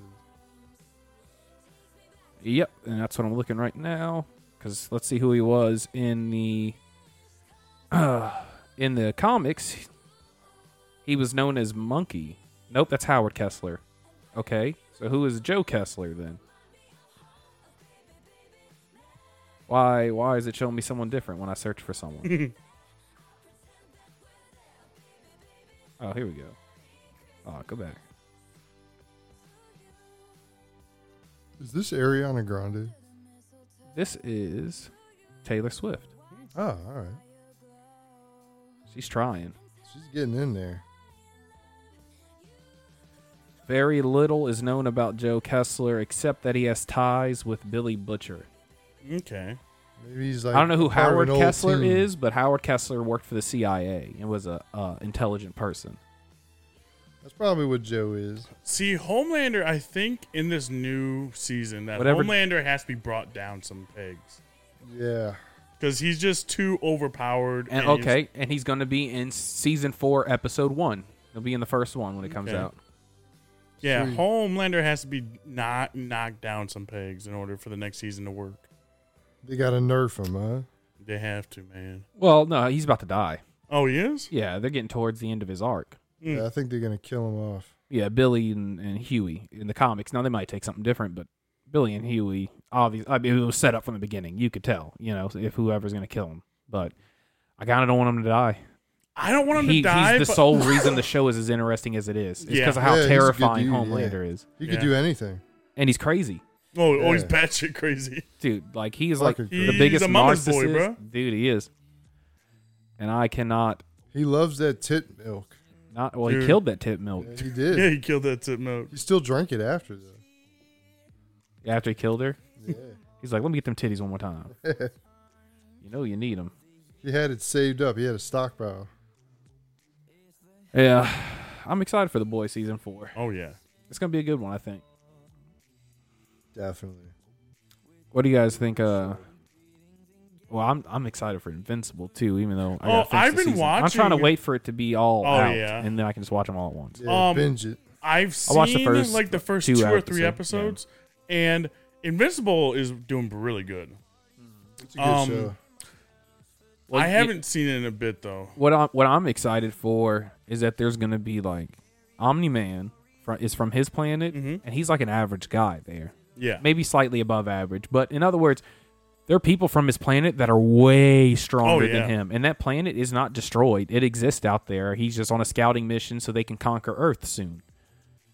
B: Yep, and that's what I'm looking right now. Because let's see who he was in the [clears throat] in the comics. He was known as Monkey. Nope, that's Howard Kessler. Okay, so who is Joe Kessler then? Why why is it showing me someone different when I search for someone? oh, here we go. Oh, go back.
D: Is this Ariana Grande?
B: This is Taylor Swift.
D: Oh, all right.
B: She's trying.
D: She's getting in there.
B: Very little is known about Joe Kessler except that he has ties with Billy Butcher.
C: Okay,
D: Maybe he's like
B: I don't know who
D: part of
B: Howard
D: an old
B: Kessler
D: team.
B: is, but Howard Kessler worked for the CIA and was a uh, intelligent person.
D: That's probably what Joe is.
C: see Homelander. I think in this new season that
B: Whatever-
C: Homelander has to be brought down some pegs
D: Yeah.
C: because he's just too overpowered.
B: And
C: he's-
B: okay, and he's going to be in season four, episode one. He'll be in the first one when it comes
C: Okay.
B: out.
C: yeah,
D: Sweet.
C: Homelander has to be not knocked down some pegs in order for the next season to work.
D: They got to nerf him, huh?
C: They have to, man.
B: Well, no, he's about to die.
C: Oh, he is.
B: Yeah, they're getting towards the end of his arc.
C: Mm.
D: Yeah, I think they're going to kill him off.
B: Yeah, Billy and, and Huey in the comics. Now they might take something different, but Billy and Huey, obviously, I mean, it was set up from the beginning. You could tell, you know, if whoever's going to kill him. But I kind of don't want him to die.
C: I don't want him
B: He-
C: to die.
B: he's the
C: but-
B: sole reason the show is as interesting as it is. It's
C: Yeah.
B: because of how
D: Yeah, he's a good
B: terrifying
D: dude, yeah.
B: Homelander is,
D: He
C: Yeah.
D: could do anything.
B: and he's crazy,
C: Oh, oh, he's
D: Yeah.
C: batshit crazy. [laughs]
B: dude. Like he is like
D: Fucking
B: the
C: He's
D: crazy.
B: biggest
C: a mama's boy,
B: narcissist,
C: bro.
B: dude. He is, and I cannot
D: He loves that tit milk.
B: not. Well, he
C: Dude.
B: killed that tip milk
D: Yeah, he
C: [laughs] Yeah,
D: did.
C: he killed that Titmoke.
D: He still drank it after, though.
B: [laughs] after he killed her.
D: Yeah.
B: He's like, let me get them titties one more time. [laughs] you know you need them.
D: he had it saved up. He had a stockpile.
B: Yeah, I'm excited for the boy season four.
C: Oh yeah.
B: It's gonna be a good one, I think.
D: Definitely.
B: What do you guys think? Uh, well, I'm I'm excited for Invincible too, even though I
C: Oh,
B: gotta finish
C: I've
B: the
C: been
B: season. I'm trying to
C: watching-
B: wait for it to be all
C: Oh,
B: out,
C: yeah.
B: and then I can just watch them all at once.
D: Yeah,
C: Um,
D: binge it.
C: I've
B: I
C: seen
B: watched the first
C: like the first two,
B: two
C: or
B: episodes,
C: three episodes, and Invincible is doing really good.
D: It's a good
C: um,
D: show. [laughs]
B: Well,
C: I
B: it-
C: haven't seen it in a bit though.
B: What I'm what I'm excited for is that there's gonna be like Omni Man from, is from his planet,
C: Mhm.
B: and he's like an average guy there,
C: Yeah,
B: maybe slightly above average, but in other words. There are people from his planet that are way stronger
C: Oh, yeah.
B: than him, and that planet is not destroyed. It exists out there. He's just on a scouting mission so they can conquer Earth soon.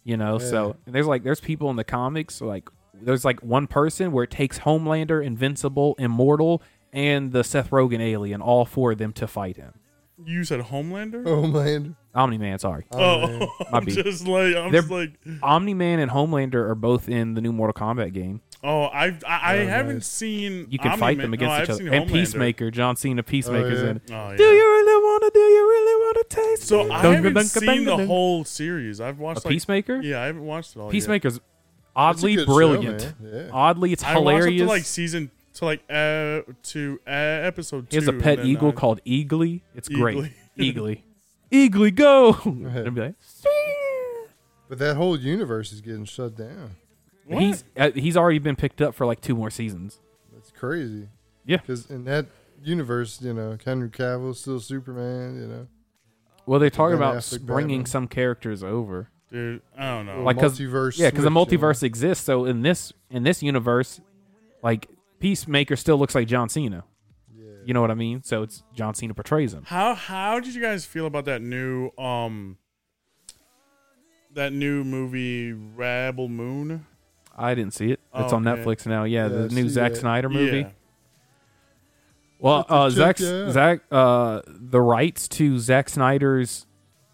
B: You know, so and there's like there's people in the comics like there's like one person where it takes Homelander, Invincible, Immortal, and the Seth Rogen alien, all four of them to fight him.
C: you said
D: Oh,
C: Homelander.
D: Homelander.
B: Omni Man, sorry.
C: [laughs] Oh,
B: My
C: I'm
B: B.
C: just like I'm
B: They're-
C: just like
B: Omni Man and Homelander are both in the new Mortal Kombat game.
C: oh I've, I I
D: Oh,
C: haven't
D: nice.
C: seen
B: You can
C: Omni
B: fight
C: Man-
B: them
C: no,
B: against
C: I've
B: each other.
C: seen
B: And
C: Homelander.
B: Peacemaker, John Cena, Peacemaker's
D: Oh, yeah.
B: in. it.
C: Oh,
B: Do you
C: yeah.
B: really wanna? Do you really wanna taste?
C: So I
B: Dun-
C: haven't
B: dun- dun-
C: seen
B: dun-
C: the
B: dun.
C: whole series. I've watched
B: a
C: like
B: Peacemaker.
C: yeah, I haven't watched it all. yet.
B: Peacemaker's
D: It's a
B: oddly
D: good show,
B: brilliant. Uh,
D: man. Yeah.
B: Oddly, it's
C: I watched up
B: hilarious.
C: to like season to like uh to uh, episode.
B: He has a
C: two, and
B: pet
C: then
B: eagle
C: I-
B: called Eagly. It's great.
C: Eagly. [laughs]
B: Eagly. Eagly, go! And be like, "Swing."
D: But that whole universe is getting shut down.
C: What?
B: He's uh, he's already been picked up for like two more seasons.
D: That's crazy.
B: Yeah.
D: Because in that universe, you know, Henry Cavill's still Superman. You know,
B: Well, they're talking
D: Ben
B: about
D: Affleck
B: bringing
D: Batman.
B: some characters over.
C: dude. I don't know.
D: Or
B: Like, 'cause-
D: multiverse.
B: Yeah, because the
D: switch, you know?
B: multiverse exists. So in this in this universe, like Peacemaker still looks like John Cena.
D: Yeah.
B: You know what I mean? So it's John Cena portrays him.
C: How how did you guys feel about that new um that new movie Rebel Moon?
B: I didn't see it. It's on
C: Okay.
B: Netflix now. Yeah,
D: Yeah,
B: the new
D: see
B: Zack
D: that.
B: Snyder movie.
C: Yeah.
B: Well,
D: It's a
B: uh,
D: chick,
B: Zack
D: yeah.
B: Zack uh, the rights to Zack Snyder's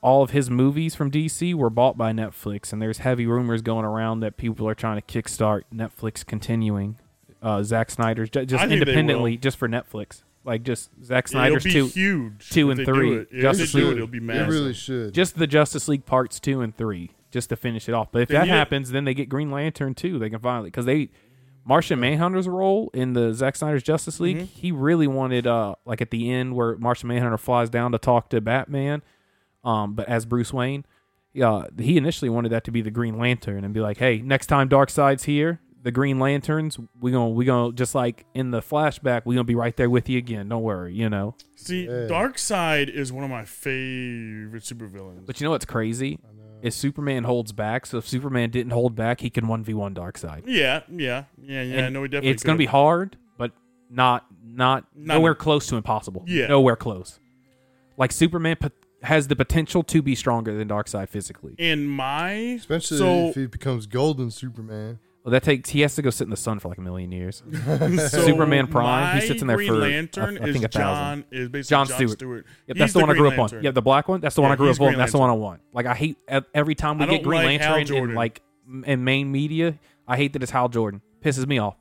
B: all of his movies from DC were bought by Netflix, and there's heavy rumors going around that people are trying to kickstart Netflix continuing uh, Zack Snyder's ju- just
C: think they
B: independently,
C: will.
B: just for Netflix, like just Zack
C: It'll
B: Snyder's
C: be
B: two,
C: huge.
B: two
C: if
B: and
C: they do
B: three.
C: it. Yeah, if
B: Justice
C: they
D: It
C: do
B: League.
C: it, it'll be
D: It
C: massive.
D: really should.
B: just the Justice League parts two and three, just to finish it off. But if
C: Then
B: that
C: you-
B: happens, then they get Green Lantern too. They can finally because they Martian Manhunter's role in the Zack Snyder's Justice League, he really wanted uh like at the end where Martian Manhunter flies down to talk to Batman, um, but as Bruce Wayne, uh, he initially wanted that to be the Green Lantern and be like, hey, next time Darkseid's here. The Green Lanterns, we gonna we gonna just like in the flashback, we gonna be right there with you again. Don't worry, you know.
C: See,
D: Yeah.
C: Dark Side is one of my favorite supervillains.
B: But you know what's crazy? Is Superman holds back. So if Superman didn't hold back, he can one v one Darkseid.
C: Yeah, yeah, yeah, yeah.
B: And
C: No, he definitely.
B: it's gonna
C: could.
B: be hard, but not not
C: Not-
B: nowhere close to impossible.
C: Yeah.
B: nowhere close. Like Superman pot- has the potential to be stronger than Darkseid physically.
C: in my
D: especially if he becomes Golden Superman.
B: Well, that takes he has to go sit in the sun for like a million years.
C: [laughs] [laughs] so
B: Superman Prime, he
C: my
B: sits in there
C: Green
B: for,
C: Lantern
B: I- I
C: is
B: think a
C: John
B: thousand.
C: is basically
B: John
C: John
B: Stewart.
C: Stewart.
B: Yep,
C: He's
B: that's the,
C: the
B: one I
C: Green
B: grew up on.
C: Lantern.
B: Yeah, the black one. That's the one
C: Yeah,
B: I grew
C: he's
B: up on.
C: Green
B: That's the one I want. Like I hate ev- every time we
C: I
B: get
C: don't
B: Green
C: like Hal
B: Lantern in
C: Jordan.
B: like m- in main media. I hate that it's Hal Jordan. Pisses me off.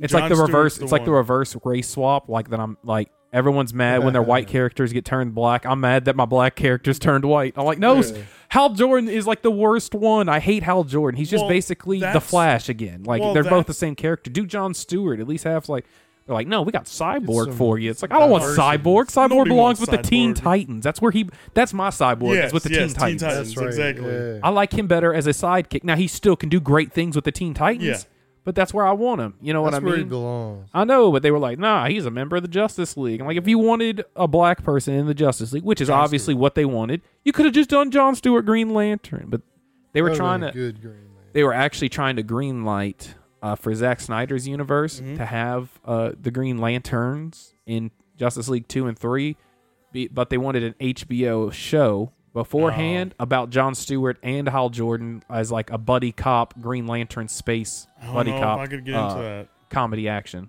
B: It's
C: John
B: like the
C: Stewart's
B: reverse.
C: the
B: it's like the
C: one.
B: reverse race swap. Like that, I'm like everyone's mad when their white characters get turned black. I'm mad that my black characters turned white. I'm like, no, s- Hal Jordan is like the worst one. I hate Hal Jordan. He's just
C: Well,
B: basically the
C: that's-
B: Flash again. Like
C: well,
B: they're both the
C: that's-
B: same character. Do John Stewart at least have like. They're like, no, we got Cyborg
D: some
B: for you. It's like I don't want
D: diversity.
B: Cyborg. Cyborg
C: Nobody
B: belongs
C: wants
B: with the Teen
C: Cyborg.
B: Titans. That's where he. That's my Cyborg.
C: Yes,
B: is with the
C: yes,
B: Teen Titans.
D: That's right.
C: exactly.
D: Yeah.
B: I like him better as a sidekick. Now he still can do great things with the Teen Titans.
C: Yeah.
B: But that's where I want him. You know what
D: That's
B: I mean?
D: where he belongs.
B: I know, but they were like, nah, he's a member of the Justice League. I'm like, if you wanted a black person in the Justice League, which is obviously what they wanted, you could have just done John Stewart Green Lantern. But they were
D: That would've
B: trying
D: been
B: to,
D: a good Green Lantern.
B: they were actually trying to green light uh, for Zack Snyder's universe
C: Mm-hmm.
B: to have uh, the Green Lanterns in Justice League 2 and 3, be, but they wanted an HBO show beforehand
C: Oh.
B: about John Stewart and Hal Jordan as like a buddy cop, Green Lantern space
C: I don't
B: buddy
C: know
B: cop
C: if I could get
B: uh,
C: into that. Uh,
B: comedy action.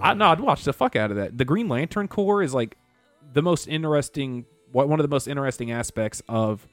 B: I no, I'd watch the fuck out of that. The Green Lantern Corps is like the most interesting, one of the most interesting aspects of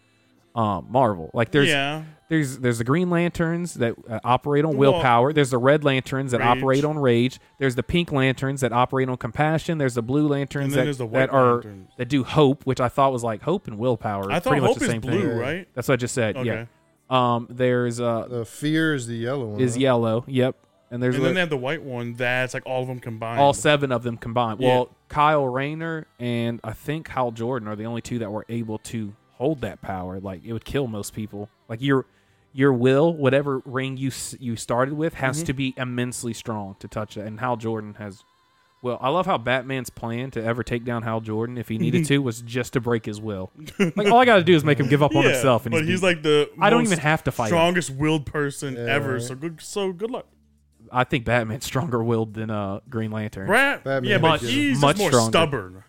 B: um, Marvel. Like there's
C: yeah,
B: there's there's the Green Lanterns that uh, operate on willpower. there's the Red Lanterns that
C: Rage.
B: operate on rage. There's the Pink Lanterns that operate on compassion. There's the Blue Lanterns
C: then
B: that,
C: there's the
B: that
C: White
B: are
C: Lanterns.
B: that do hope, which I thought was like hope and willpower.
C: I
B: It's
C: thought
B: pretty much
C: Hope
B: the
C: is
B: same
C: blue,
B: thing.
C: right?
B: That's what I just said.
C: Okay.
B: Yeah. Um. There's uh
D: The fear is the yellow one.
B: is
D: right?
B: yellow. Yep. And there's
C: And
B: the-
C: then they have the white one. That's like all of them combined.
B: all seven of them combined.
C: Yeah.
B: Well, Kyle Rayner and I think Hal Jordan are the only two that were able to hold that power. Like it would kill most people. Like your your will, whatever ring you s- you started with, has
C: Mm-hmm.
B: to be immensely strong to touch it. And Hal Jordan has. Well, I love how Batman's plan to ever take down Hal Jordan, if he
C: [laughs]
B: needed to, was just to break his will. Like all I got to do is make him give up on
C: Yeah,
B: himself, and
C: but he's
B: beat.
C: like the
B: I don't
C: most
B: even have to fight. him.
C: strongest willed person ever.
D: right.
C: So good. So good luck.
B: I think Batman's [laughs] stronger willed than uh, Green Lantern.
C: Brad,
D: Batman
C: yeah, but
D: makes it
C: he's
B: much
C: just more
B: stronger.
C: stubborn.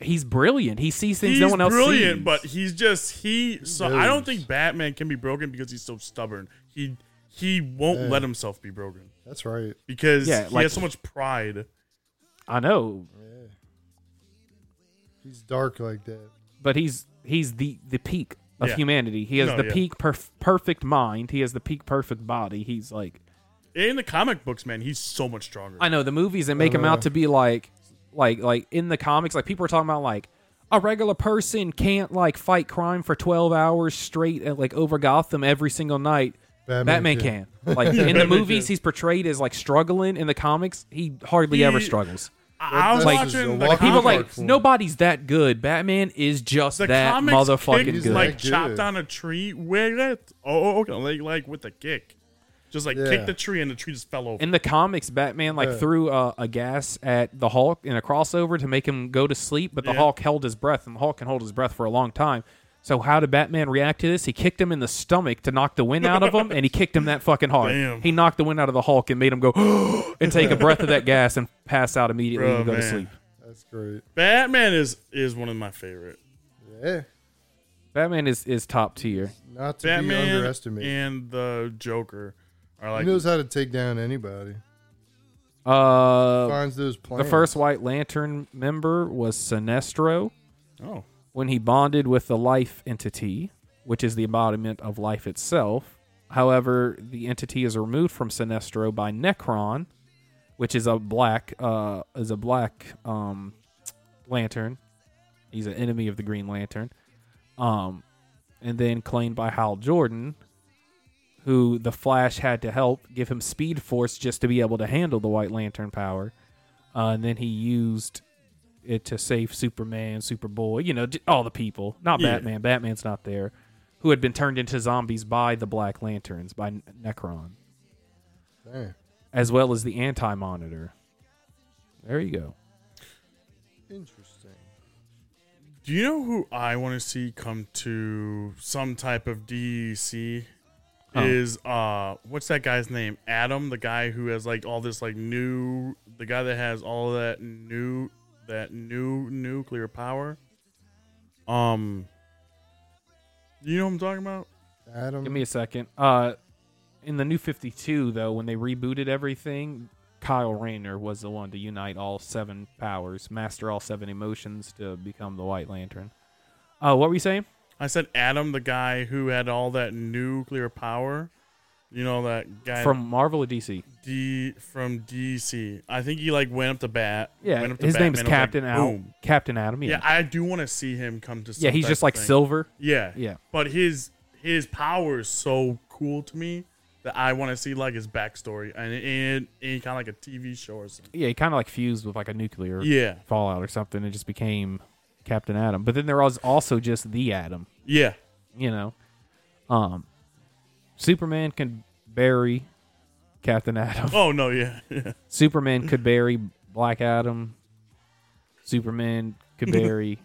B: He's brilliant. He sees things
C: He's
B: no one else
C: brilliant,
B: sees.
C: but he's just he. So I don't
D: knows.
C: think Batman can be broken because he's so stubborn. He he won't let himself be broken
D: That's right.
C: because
B: Yeah,
C: he
B: like-
C: has so much pride.
B: I know
D: He's dark like that.
B: but he's he's the the peak of
C: Yeah.
B: humanity. He has
C: No,
B: the
C: yeah.
B: peak perf- perfect mind. He has the peak perfect body. He's like
C: In the comic books, man, he's so much stronger.
B: I know the movies that make him out to be like like like in the comics like people are talking about like a regular person can't like fight crime for 12 hours straight and like over Gotham every single night.
D: Batman
B: Batman,
D: can.
C: [laughs]
B: can. Like in the
C: Batman
B: movies
C: can.
B: he's portrayed as like struggling in the comics he hardly ever
C: He-
B: struggles.
C: I I was
B: Like-
C: watching the
D: Like,
B: People
C: comic-
B: like
D: Hardcore.
B: nobody's that good. Batman is just
C: the
B: that
C: comics
B: motherfucking
C: kick,
B: good.
C: Like
D: Good.
C: chopped down a tree with it. Oh, okay. Like, like with a kick, just like
D: Yeah.
C: kicked the tree and the tree just fell over.
B: in the comics, Batman like
D: Yeah.
B: threw uh, a gas at the Hulk in a crossover to make him go to sleep, but the
C: Yeah.
B: Hulk held his breath, and the Hulk can hold his breath for a long time. So how did Batman react to this? He kicked him in the stomach to knock the wind out of him, and he kicked him that fucking hard.
C: Damn.
B: He knocked the wind out of the Hulk and made him go [gasps] and take
C: [laughs]
B: a breath of that gas and pass out immediately
C: Bro,
B: and go to
C: man.
B: sleep.
D: That's great.
C: Batman is is one of my favorite.
D: Yeah.
B: Batman is is top tier.
D: Not to be
C: Batman
D: underestimated.
C: and the Joker are
D: He
C: like
D: knows how to take down anybody.
B: Uh,
D: Finds those plans.
B: the first White Lantern member was Sinestro.
C: oh
B: when he bonded with the life entity, which is the embodiment of life itself. However, the entity is removed from Sinestro by Necron, which is a black uh, is a black um, lantern. He's an enemy of the Green Lantern, um, and then claimed by Hal Jordan, who the Flash had to help give him Speed Force just to be able to handle the White Lantern power. Uh, and then he used it to save Superman, Superboy, you know, j- all the people. Not
C: Yeah.
B: Batman. Batman's not there. Who had been turned into zombies by the Black Lanterns, by N- Necron,
D: Damn.
B: as well as the Anti Monitor. There you go.
D: Interesting.
C: Do you know who I want to see come to some type of DEC?
B: Huh.
C: Is uh, what's that guy's name? Adam, the guy who has like all this like new, the guy that has all that new, that new nuclear power. Um, you know what I'm talking about?
D: Adam.
B: Give me a second. Uh, in the New Fifty Two, though, when they rebooted everything, Kyle Rayner was the one to unite all seven powers, master all seven emotions to become the White Lantern. Uh, what were you saying?
C: I said Adam, the guy who had all that nuclear power. You know that guy
B: From Marvel or DC?
C: D from DC. I think he like went up to bat.
B: Yeah,
C: went up to
B: his
C: bat,
B: name is
C: man, I was like,
B: Captain Al.
C: boom.
B: Captain Adam.
C: Yeah,
B: Yeah,
C: I do want to see him come to. Some
B: yeah. He's
C: type
B: just
C: of
B: like
C: thing.
B: silver.
C: Yeah,
B: Yeah.
C: But his his power is so cool to me that I want to see like his backstory and and, and kind of like a TV show or something.
B: Yeah, he kind of like fused with like a nuclear
C: Yeah,
B: fallout or something, and just became Captain Adam. But then there was also just the Adam.
C: yeah,
B: you know. Um Superman can bury Captain Adam.
C: [laughs] Oh no, yeah, yeah.
B: Superman could bury Black Adam. Superman
C: [laughs]
B: could bury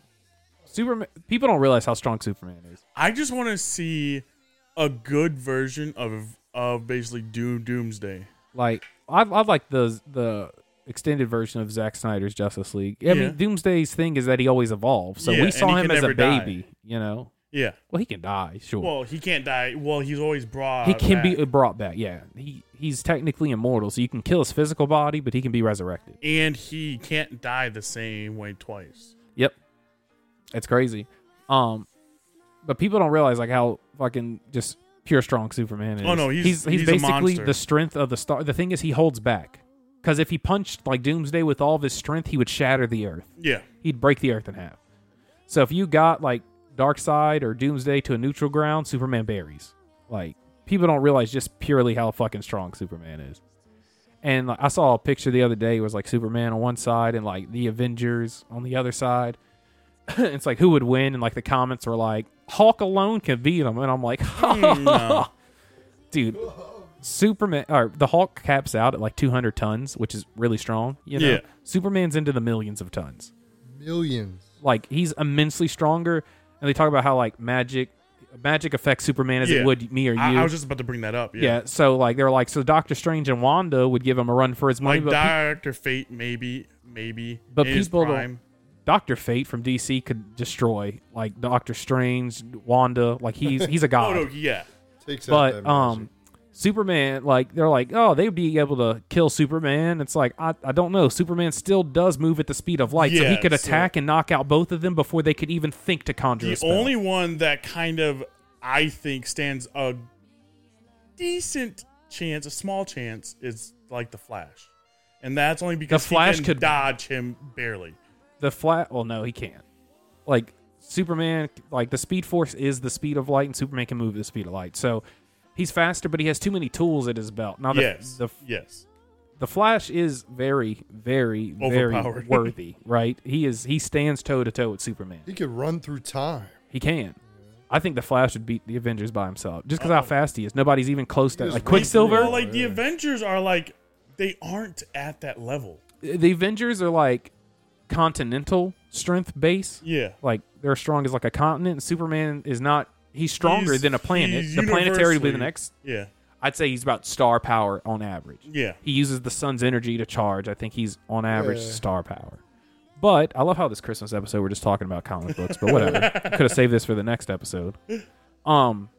B: Superman people don't realize how strong Superman is.
C: I just want to see a good version of of basically Doom Doomsday.
B: Like I I like the the extended version of Zack Snyder's Justice League. I
C: Yeah.
B: mean Doomsday's thing is that he always evolves. So
C: Yeah,
B: we
C: and he
B: saw him
C: can
B: as a
C: never die.
B: baby, you know.
C: Yeah.
B: Well, he can die, sure.
C: Well, he can't die. Well, he's always brought.
B: he can be
C: back.
B: brought back. Yeah. He he's technically immortal, so you can kill his physical body, but he can be resurrected.
C: and he can't die the same way twice.
B: Yep. It's crazy. Um but people don't realize like how fucking just pure strong Superman is.
C: Oh, no, he's-
B: he's,
C: he's a
B: basically
C: monster.
B: the strength of the star. The thing is he holds back. Cuz if he punched like Doomsday with all of his strength, he would shatter the earth.
C: Yeah.
B: He'd break the earth in half. So if you got like Darkseid or Doomsday to a neutral ground, Superman buries. Like people don't realize just purely how fucking strong Superman is. And like, I saw a picture the other day it was like Superman on one side and like the Avengers on the other side. [laughs] it's like who would win? And like the comments were like Hulk alone can beat him, and I'm like, [laughs]
C: Mm, no.
B: dude, Superman or the Hulk caps out at like 200 tons, which is really strong. You know,
C: Yeah.
B: Superman's into the millions of tons
D: Millions.
B: like he's immensely stronger and they talk about how like magic magic affects superman as
C: Yeah.
B: it would me or you
C: I, I was just about to bring that up.
B: yeah. so like they were like so doctor strange and wanda would give him a run for his money
C: like
B: but pe-
C: Director Fate, maybe, maybe.
B: But
C: in his
B: people don't-
C: prime.
B: dr fate from dc could destroy like doctor strange wanda like he's he's a
C: [laughs] Oh
B: god
C: no, yeah,
D: Takes out that
B: but
D: magic.
B: um superman like they're like oh they'd be able to kill superman it's like i, I don't know superman still does move at the speed of light so he
C: Yeah,
B: could
C: so-
B: attack and knock out both of them before they could even think to conjure a
C: the
B: spell.
C: only one that kind of I think stands a decent chance, a small chance, is like the Flash, and that's only because
B: Flash
C: he can
B: could-
C: dodge him barely.
B: the flat well no he can't like superman like the speed force is the speed of light and superman can move at the speed of light so he's faster but he has too many tools at his belt now the,
C: yes,
B: the
C: yes,
B: the Flash is very, very, very
C: Overpowered.
B: worthy. Right? He is. He stands toe to toe with Superman.
D: He could run through time.
B: He can. I think the Flash would beat the Avengers by himself, just because how fast he is. Nobody's even close to
D: He
B: like
D: just went through
B: Quicksilver.
C: Well, like the Avengers are like they aren't at that level.
B: the Avengers are like continental strength base.
C: Yeah.
B: Like they're as strong as like a continent. Superman is not. He's stronger
C: He's-
B: than a planet.
C: he's
B: The planetary would be the
C: universally-
B: next.
C: Yeah.
B: I'd say he's about star power on average.
C: Yeah.
B: He uses the sun's energy to charge. I think he's on average
D: Yeah.
B: star power. But I love how this Christmas episode we're just talking about comic books, but whatever. Could have saved this for the next episode. Um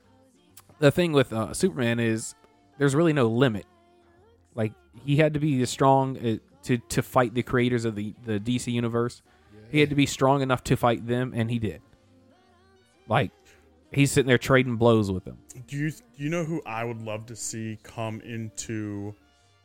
B: the thing with uh, Superman is there's really no limit. Like he had to be as strong uh, to to fight the creators of the the DC universe. He had to be strong enough to fight them and he did. Like he's sitting there trading blows with them.
C: Do you do you know who I would love to see come into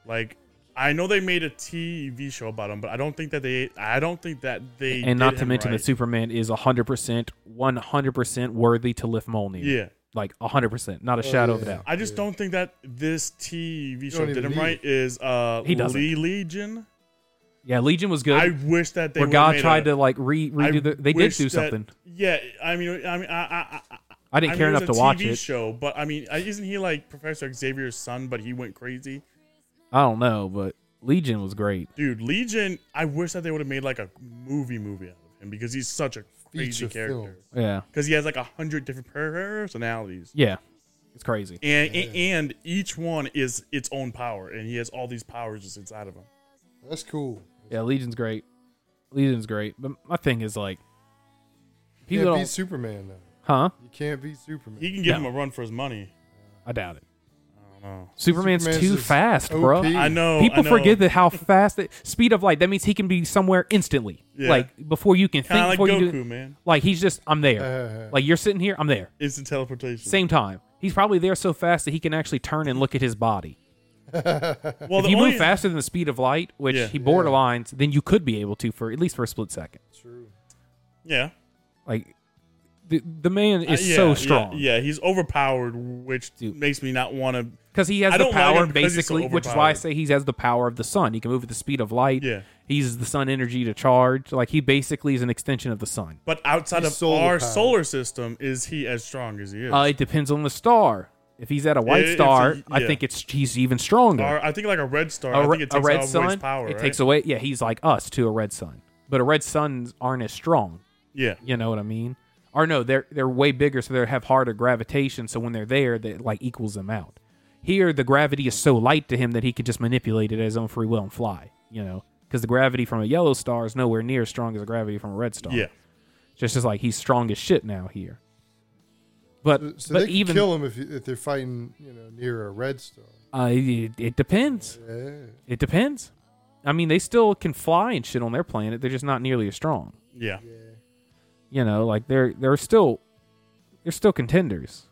C: like I know they made a TV show about him, but I don't think that they I don't think that they
B: and
C: did
B: not to
C: him
B: mention
C: right.
B: that Superman is 100% 100% worthy to lift Mjolnir.
C: Yeah. Oh,
B: Like 100%, not a shadow of a
D: yeah.
B: doubt.
C: I just don't think that this TV show
D: don't
C: did
D: even
C: him
D: need
C: right is uh
B: He doesn't.
C: Lee Legion.
B: Yeah, Legion was
C: I
B: good.
C: wish that they
B: where
C: would've
B: God
C: made
B: tried
C: a-
B: to like re redo
C: I
B: the they did
C: wish
B: do
C: that-
B: something.
C: Yeah, I mean I mean I I, I
B: I didn't
C: I
B: care
C: mean,
B: enough
C: it
B: to
C: was a
B: watch
C: TV
B: it.
C: show, but I mean, uh, isn't he like Professor Xavier's son? But he went crazy,
B: I don't know, but Legion was great.
C: dude. Legion. I wish that they would have made like a movie movie out of him because he's such a crazy
D: Feature
C: character.
D: film.
B: Yeah.
C: Because he has like a hundred different personalities,
B: Yeah. It's crazy.
C: and, and and each one is its own power, and he has all these powers just inside of him.
D: That's cool.
B: Yeah, Legion's great. Legion's great. But my thing is like
D: You
B: people
D: can't
B: don't
D: beat Superman though.
B: Huh?
D: You can't beat Superman.
C: He can give
B: No.
C: him a run for his money.
B: I doubt it.
C: I don't know.
B: Superman's,
D: Superman's
B: too
D: just
B: fast, bro.
D: OP.
C: I know.
B: People
C: I know.
B: forget that
C: [laughs]
B: how fast the speed of light. That means he can be somewhere instantly,
C: Yeah.
B: like before you can think.
C: Kind of like
B: before you
C: Goku,
B: do,
C: man.
B: like he's just I'm there.
D: Uh,
B: like you're sitting here, I'm there.
C: Instant teleportation.
B: Same time. He's probably there so fast that he can actually turn and look at his body.
C: Well,
B: if
C: the
B: you
C: only,
B: move faster than the speed of light, which
C: Yeah.
B: he borderlines, then you could be able to for at least for a split second.
D: true.
C: yeah,
B: Like the the man
C: Uh,
B: is
C: yeah,
B: so
C: yeah,
B: strong
C: Yeah, he's overpowered, which
B: Dude.
C: makes me not want to.
B: because he
C: I
B: has the
C: don't like
B: power,
C: him because he's so
B: basically, which is why I
C: overpowered.
B: say he has the power of the sun. He can move at the speed of light.
C: Yeah.
B: he uses the sun energy to charge. Like he basically is an extension of the sun.
C: But outside
D: He's
C: of
D: solar
C: our
D: powered.
C: solar system, is he as strong as he is?
B: Uh, it depends on the star. If he's at a white
C: It- it's
B: star,
C: a-
B: I
C: yeah.
B: think it's he's even stronger.
C: Or I think like a red star.
B: a,
C: I
B: re-
C: think it
B: a
C: takes
B: red
C: out
B: sun,
C: his power.
B: it
C: right?
B: takes away. Yeah, he's like us to a red sun, but a red suns aren't as strong.
C: Yeah,
B: You know what I mean? Or no, they're they're way bigger, so they have harder gravitation. So when they're there, that like equals them out. Here, the gravity is so light to him that he could just manipulate it at his own free will and fly. You know, because the gravity from a yellow star is nowhere near as strong as the gravity from a red star.
C: yeah.
B: just as like he's strong as shit now here. But
D: So, so
B: but
D: they could
B: even
D: kill him if, you- if they're fighting, you know, near a red star.
B: Uh, it, it depends.
D: Yeah.
B: It depends. I mean, they still can fly and shit on their planet. They're just not nearly as strong.
C: Yeah,
B: You know, like they're they're still they're still contenders.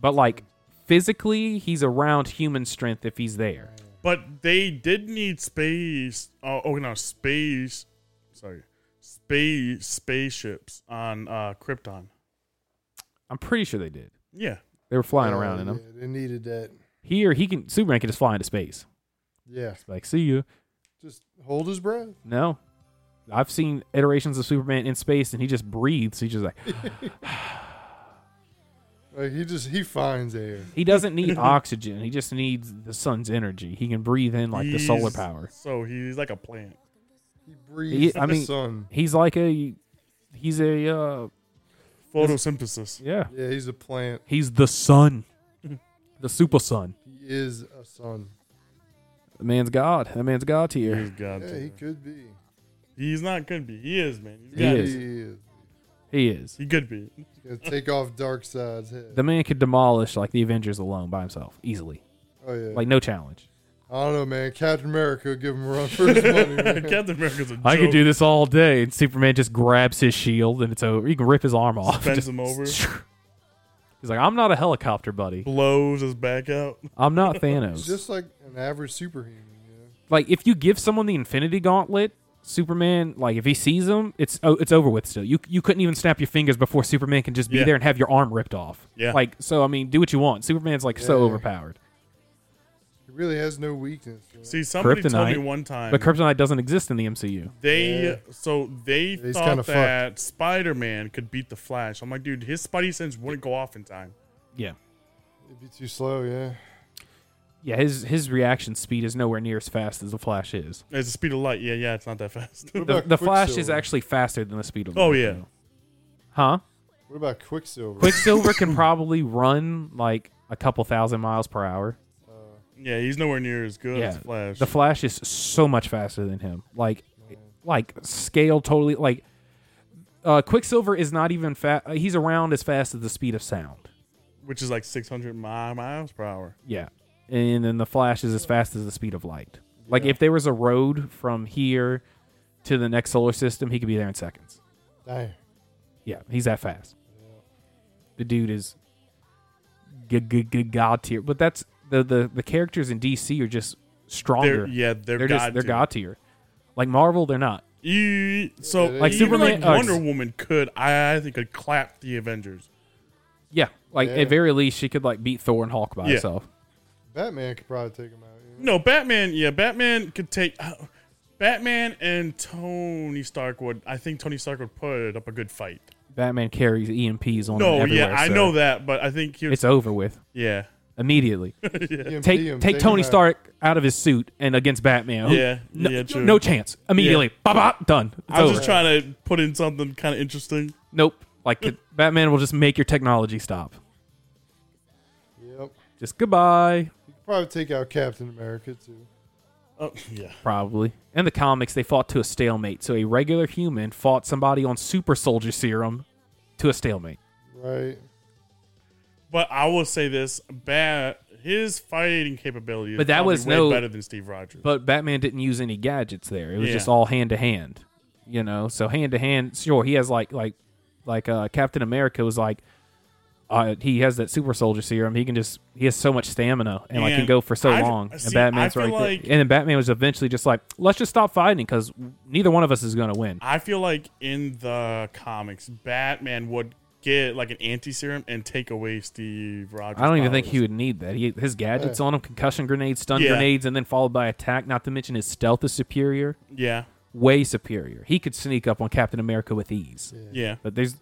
B: But like physically, he's around human strength if he's there.
C: but they did need space. Oh, oh no, space. Sorry, space spaceships on uh, Krypton.
B: I'm pretty sure they did.
C: Yeah,
B: They were flying
D: Oh,
B: around in them.
D: yeah, They needed that.
B: Here, he can Superman can just fly into space.
D: Yeah.
B: Like, see you.
D: Just hold his breath.
B: No. I've seen iterations of Superman in space, and he just breathes. He's just like
D: Like he just he finds air.
B: he doesn't
D: [laughs]
B: need oxygen. He just needs the sun's energy. He can breathe in like the solar
C: He's-
B: power.
C: So he's like a plant.
D: He breathes
B: I mean-
D: the sun.
B: He's like a he's a uh
C: Photosynthesis.
B: yeah.
D: Yeah, he's a plant.
B: He's the sun. [laughs] The super sun.
D: He is a sun.
B: The man's God. That man's God tier.
C: He's God.
D: Yeah, he could be.
C: He's not gonna be. He is, man. He's
B: He
C: got
B: is.
C: it.
D: He is.
B: He is.
C: He could be.
D: He's gonna take off dark side's head.
B: The man could demolish like the Avengers alone by himself. Easily.
D: oh yeah.
B: Like no challenge.
D: I don't know, man. Captain America would give him a run for his money.
B: [laughs]
D: Man.
C: Captain America's a joke.
B: I could do this all day, and Superman just grabs his shield and it's over. He can rip his arm off.
C: Bends
B: [laughs] Just-
C: him over.
B: He's like, I'm not a helicopter buddy.
C: Blows his back out.
B: I'm
C: [laughs]
B: not
D: He's
B: Thanos.
D: just like an average superhuman. You
B: like if you give someone the Infinity Gauntlet, Superman, like if he sees him, it's oh, it's over with. Still, you you couldn't even snap your fingers before Superman can just be
C: Yeah.
B: there and have your arm ripped off.
C: Yeah.
B: Like so, I mean, do what you want. Superman's like so
D: Yeah.
B: overpowered.
D: know? really has no weakness. bro.
C: See, somebody told me
B: Kryptonite.
C: one time
B: But Kryptonite doesn't exist in the MCU.
C: they
D: Yeah.
C: so they
D: He's kinda
C: thought
D: fucked.
C: that Spider Man could beat the Flash. I'm like, dude, his Spidey sense wouldn't go off in time.
B: Yeah.
D: It'd be too slow, yeah.
B: Yeah, his his reaction speed is nowhere near as fast as the Flash is.
C: It's the speed of light. Yeah, yeah, it's not that fast. [laughs]
D: What
B: The,
D: about
B: the Flash is
D: Quicksilver?
B: actually faster than the speed of light.
C: Oh, yeah.
B: though. Huh?
D: What about Quicksilver?
B: Quicksilver can probably run like a couple thousand miles per hour.
D: Uh,
C: yeah, he's nowhere near as good
B: Yeah.
C: as Flash.
B: The Flash is so much faster than him. Like, like scale totally. Like, uh, Quicksilver is not even fast. He's around as fast as the speed of sound.
C: which is like 600 mi- miles per hour.
B: Yeah, and then the Flash is as fast as the speed of light. Like, if there was a road from here to the next solar system, he could be there in seconds.
D: Damn.
B: Yeah, he's that fast. The dude is g- g- g- god tier. But that's the, the the characters in DC are just stronger.
C: They're, yeah, they're,
B: they're
C: god
B: just they're
C: tier.
B: god tier. Like Marvel, they're not.
C: E- so
D: Yeah,
B: Like
C: even
B: Superman-
C: like Wonder
B: uh,
C: Woman could I, I think could clap the Avengers.
B: Yeah, like
D: Yeah.
B: at very least, she could like beat Thor and Hulk by
C: Yeah.
B: herself.
D: Batman could probably take him out. You know?
C: No, Batman. Yeah, Batman could take. uh, Batman and Tony Stark would. I think Tony Stark would put up a good fight.
B: Batman carries EMPs on. him
C: No,
B: Oh, everywhere,
C: yeah, I
B: so
C: know that, but I think he would,
B: It's over with
C: yeah,
D: [laughs]
B: immediately.
D: EMP
B: Take
D: him,
B: take
D: him
B: Tony
D: out.
B: Stark out of his suit and against Batman. who-
C: yeah,
B: No,
C: yeah, true.
B: no chance. Immediately, bop bop, done. It's
C: I was
B: over.
C: just trying to put in something kind of interesting.
B: nope. Like
C: [laughs]
B: it- Batman will just make your technology stop.
D: Yep.
B: Just goodbye,
D: He could probably take out Captain America too.
C: Oh, yeah,
B: probably. In the comics, they fought to a stalemate. So a regular human fought somebody on super soldier serum to a stalemate.
D: Right.
C: but I will say this: Bat, his fighting capability, is
B: But that
C: probably
B: was
C: way
B: no-
C: better than Steve Rogers.
B: But Batman didn't use any gadgets there. It was
C: Yeah.
B: just all hand to hand, you know. So hand to hand, sure, he has like like like uh, Captain America was like. Uh, he has that super soldier serum. He can just he has so much stamina and, like can
C: And
B: go for so
C: I-
B: long.
C: see,
B: and Batman's
C: I
B: right
C: feel
B: there.
C: like-
B: And then Batman was eventually just like, let's just stop fighting because neither one of us is going to win.
C: I feel like in the comics, Batman would get like an anti serum and take away Steve Rogers.
B: I don't even think
C: powers.
B: he would need that. He, his gadgets on him, concussion grenades, stun
C: Yeah.
B: grenades, and then followed by attack. Not to mention his stealth is superior,
C: Yeah,
B: way superior. He could sneak up on Captain America with ease.
C: yeah.
B: But there's,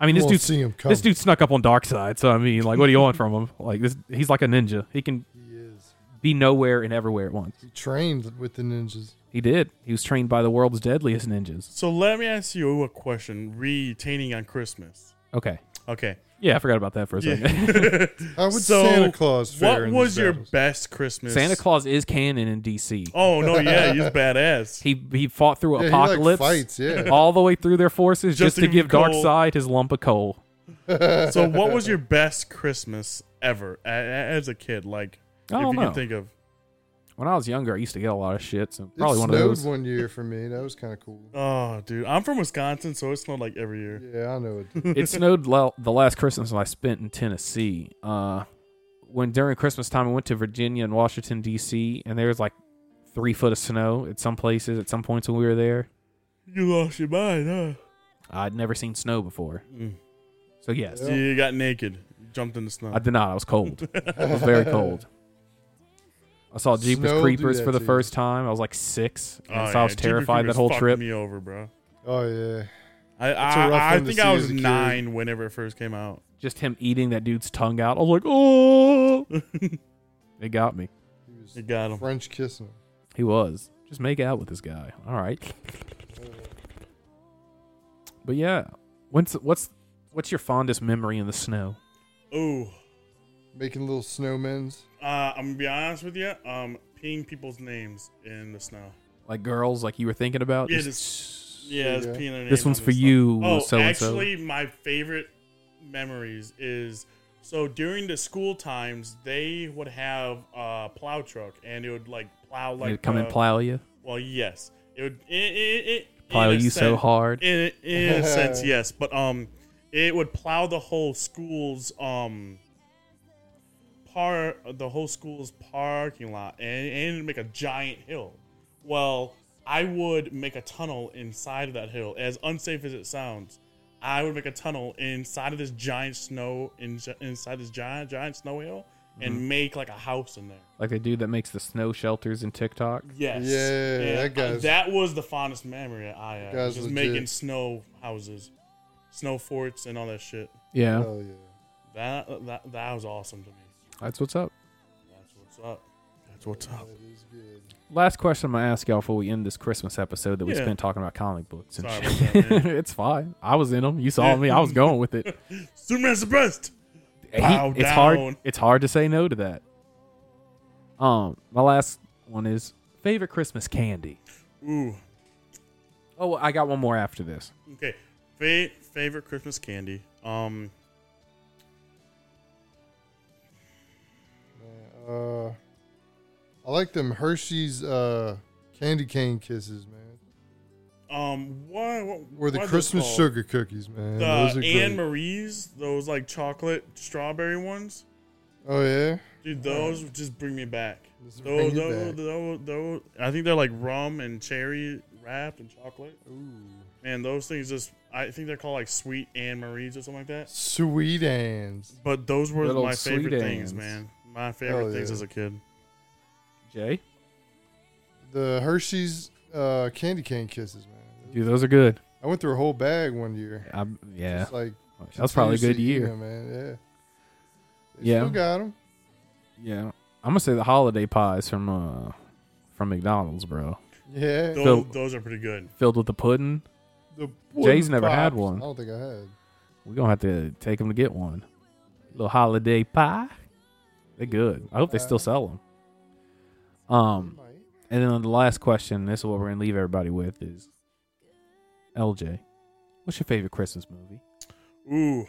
B: I mean,
D: You
B: this
D: won't
B: dude,
D: see him
B: this
D: coming.
B: dude snuck up on Darkseid. So I mean, like, what do you want from him? Like this, he's like a ninja. He can
D: He is.
B: be nowhere and everywhere at once.
D: He trained with the ninjas.
B: He did. He was trained by the world's deadliest ninjas.
C: So let me ask you a question: retaining on Christmas.
B: Okay.
C: Okay,
B: Yeah, I forgot about that for a
D: [laughs]
C: Yeah.
B: second. [laughs]
C: [laughs]
D: How would
C: so
D: Santa Claus fare
C: what
D: in
C: was
D: these
C: your
D: battles?
C: best Christmas?
B: Santa Claus is canon in DC.
C: Oh no,
D: [laughs]
C: yeah, he's badass.
B: He he fought through
D: Yeah, he, like,
B: apocalypse.
D: fights, yeah.
B: [laughs] all the way through their forces
C: Just
B: just,
C: to
B: to give
C: coal.
B: Darkseid his lump of coal.
D: [laughs]
C: so what was your best Christmas ever a- a- as a kid? Like,
B: I
C: if
B: don't
C: you
B: know.
C: can think of.
B: When I was younger, I used to get a lot of shit. So
D: It
B: probably one of
D: snowed
B: those.
D: one year for me. That was kind of cool.
C: Oh, dude, I'm from Wisconsin, so it's not like every year.
D: Yeah, I know it. did.
B: [laughs] it snowed la- the last Christmas I spent in Tennessee. Uh, when during Christmas time, I went to Virginia and Washington D.C. and there was like three foot of snow at some places. At some points when we were there,
C: You lost your mind, huh?
B: I'd never seen snow before.
C: Mm.
B: So yes,
D: Yeah.
C: You got naked, you jumped in the snow.
B: I did not. I was cold. I was very cold. I saw Jeepers
D: Snow do
B: Creepers
D: that
B: for the
D: to you.
B: first time. I was like six, and
C: Oh,
B: so
C: yeah,
B: I was
C: Jeepers
B: terrified that
C: Creepers
B: whole
C: fucked
B: trip.
C: me over, bro.
D: Oh yeah.
C: I
D: a rough
C: I, I
D: one to
C: think
D: see
C: I
D: as
C: was
D: a kid.
C: nine whenever it first came out. [laughs]
B: just him eating that dude's tongue out. I was like, oh, it got me.
D: He was
C: You got him.
D: French kissing. him.
B: He was just make out with this guy. All right, but yeah, when's what's what's your fondest memory in the snow?
C: Ooh,
D: Making little snowmen.
C: uh, I'm gonna be honest with you. Um, peeing people's names in the snow.
B: Like girls, like you were thinking about.
C: Yeah,
B: Just-
C: Yeah, it's
D: Yeah.
C: peeing their name
B: This one's
C: on
B: for
C: the snow.
B: you,
C: Oh,
B: so-and-so.
C: actually, my favorite memories is so during the school times they would have a plow truck and it would like plow
B: they'd
C: like uh,
B: come and
C: the-
B: plow you,
C: Well, yes, it would. It, it, it,
B: plow
C: in a
B: you so
C: sense-
B: hard.
C: In, in a sense, yes, but um, it would plow the whole school's um par the whole school's parking lot and and it'd make a giant hill. Well, I would make a tunnel inside of that hill. As unsafe as it sounds, I would make a tunnel inside of this giant snow in, inside this giant giant snow hill, and make like a house in there.
B: Like the dude that makes the snow shelters in TikTok.
C: Yes.
D: Yeah,
C: And
D: that guy's-
C: that was the fondest memory I had.
D: guy's
C: Just
D: legit.
C: making snow houses, snow forts, and all that shit.
B: Yeah,
D: Oh yeah.
C: That that, that was awesome to me.
B: that's what's up.
C: That's what's up. That's what's up.
D: That is good.
B: Last question I'm gonna ask y'all before we end this Christmas episode that we
C: Yeah.
B: spent talking about comic books and
C: Sorry
B: shit.
C: about that,
B: [laughs] it's fine. I was in them. You saw me. I was going with
C: [laughs]
B: it.
C: Superman suppressed.
B: He-
C: Bow
B: it's hard.
C: down.
B: It's hard to say no to that. Um, my last one is favorite Christmas candy.
C: Ooh.
B: Oh, well, I got one more after this.
C: Okay. Fa- favorite Christmas candy. Um.
D: Uh, I like them Hershey's uh, candy cane kisses, man.
C: Um. What? what
D: Or the
C: what are those
D: Christmas
C: called?
D: sugar cookies, man.
C: The
D: Those are
C: Anne
D: great.
C: Marie's. Those like chocolate strawberry ones.
D: oh yeah.
C: Dude, those just bring me back.
D: Just bring
C: Those,
D: you
C: those,
D: back.
C: those, those, I think they're like rum and cherry wrapped and chocolate. Man, those things just, I think they're called like sweet Anne Marie's or something like that.
D: Sweet Anne's.
C: But those were
B: Little
C: my
B: sweet
C: favorite things,
B: Annes.
C: man. My favorite
D: Hell
C: things
D: yeah.
C: as a kid.
B: Jay,
D: The Hershey's uh, candy cane kisses, man.
B: dude, those are good.
D: I went through a whole bag one year.
B: I'm, yeah,
D: Just, like
B: that was probably a good
D: continuously
B: year.
D: eating 'em, man. Yeah. They
B: Yeah.
D: Still got 'em.
B: Yeah, I'm gonna say the holiday pies from uh from McDonald's, bro.
D: Yeah.
C: Those,
B: So-
C: those are pretty good.
B: Filled with the pudding.
D: The
B: Jay's
D: pudding
B: never had
D: pops.
B: one.
D: I don't think I had.
B: We're gonna have to take them to get one. Little holiday pie. They're good. I hope they still sell them. Um,
D: Might.
B: and then the last question. This is what we're gonna leave everybody with is, LJ, what's your favorite Christmas [laughs] movie?
C: Ooh.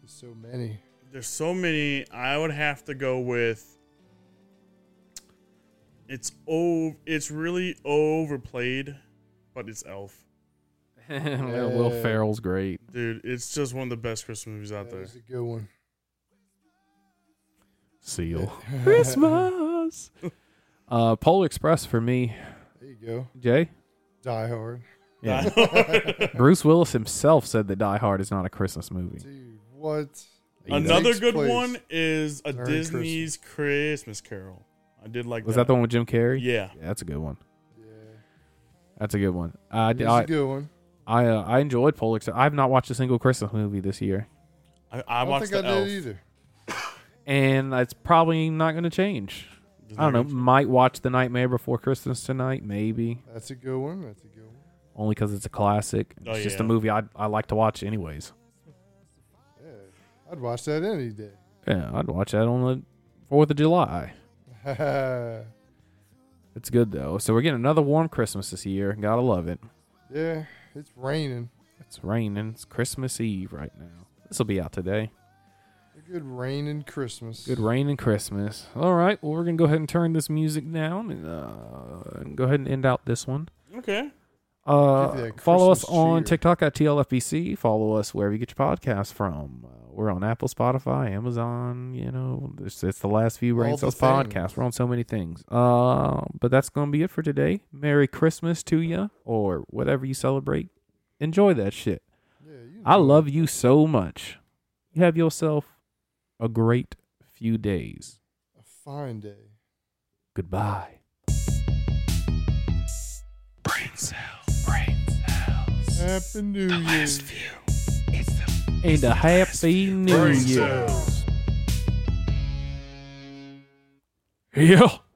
D: There's so many.
C: There's so many. I would have to go with. It's oh, it's really overplayed, but it's Elf,
B: Will Ferrell's great.
C: dude. It's just one of the best Christmas movies out
D: That
C: there.
D: was a good one.
B: Seal. [laughs] Christmas. Uh, Polar Express for me,
D: There you go.
B: Jay.
D: Die Hard.
C: [laughs]
B: Yeah. [laughs] Bruce Willis himself said that Die Hard is not a Christmas movie.
D: Dude, what?
B: He does.
C: Another
D: Takes
C: good
D: place
C: one is a
D: during
C: Disney's Christmas Carol. I did like
B: Was
C: that.
B: that the one with Jim Carrey?
C: Yeah.
B: Yeah, that's a good one.
D: Yeah.
B: That's a good one. I
D: That was
B: I
D: a good one.
B: I, uh, I enjoyed Polar Express. I've not watched a single Christmas movie this year,
C: I, I,
D: I don't
C: watched
D: think
C: the
D: I
C: Elf.
D: did either.
B: and it's probably not going to change.
C: Doesn't
B: I don't know.
C: make sense.
B: Might watch The Nightmare Before Christmas tonight, maybe.
D: That's a good one. That's a good one.
B: Only because it's a classic. It's
C: Oh,
B: just
C: yeah.
B: a movie I I like to watch anyways.
D: Yeah. I'd watch that any day. [laughs]
B: Yeah, I'd watch that on the Fourth of July.
D: yeah.
B: It's good though. So we're getting another warm Christmas this year. Gotta love it.
D: It's raining.
B: It's raining. It's Christmas Eve right now. This will be out today.
D: A good raining Christmas.
B: Good rain and Christmas. All right. Well, we're gonna go ahead and turn this music down and, uh, and go ahead and end out this one.
C: Okay.
D: Give
B: Uh,
D: that
B: follow us
D: Christmas
B: on
D: cheer.
B: TikTok at TLFBC. Follow us wherever you get your podcast from. Uh, we're on Apple, Spotify, Amazon. You know, it's, it's the last few
D: All
B: Rain
D: the
B: Cells
D: things.
B: podcast. We're on so many things. Uh, but that's gonna be it for today. Merry Christmas to you, or whatever you celebrate. Enjoy that shit.
D: Yeah, you
B: I
D: know.
B: love you so much. You have yourself a great few days.
D: a fine day.
B: Goodbye.
E: Brain cells. Brain cells.
D: Happy New
E: The
D: Year.
E: last few. It's the
B: And a happy new
C: Brain
B: year.
C: cells.
B: Yeah.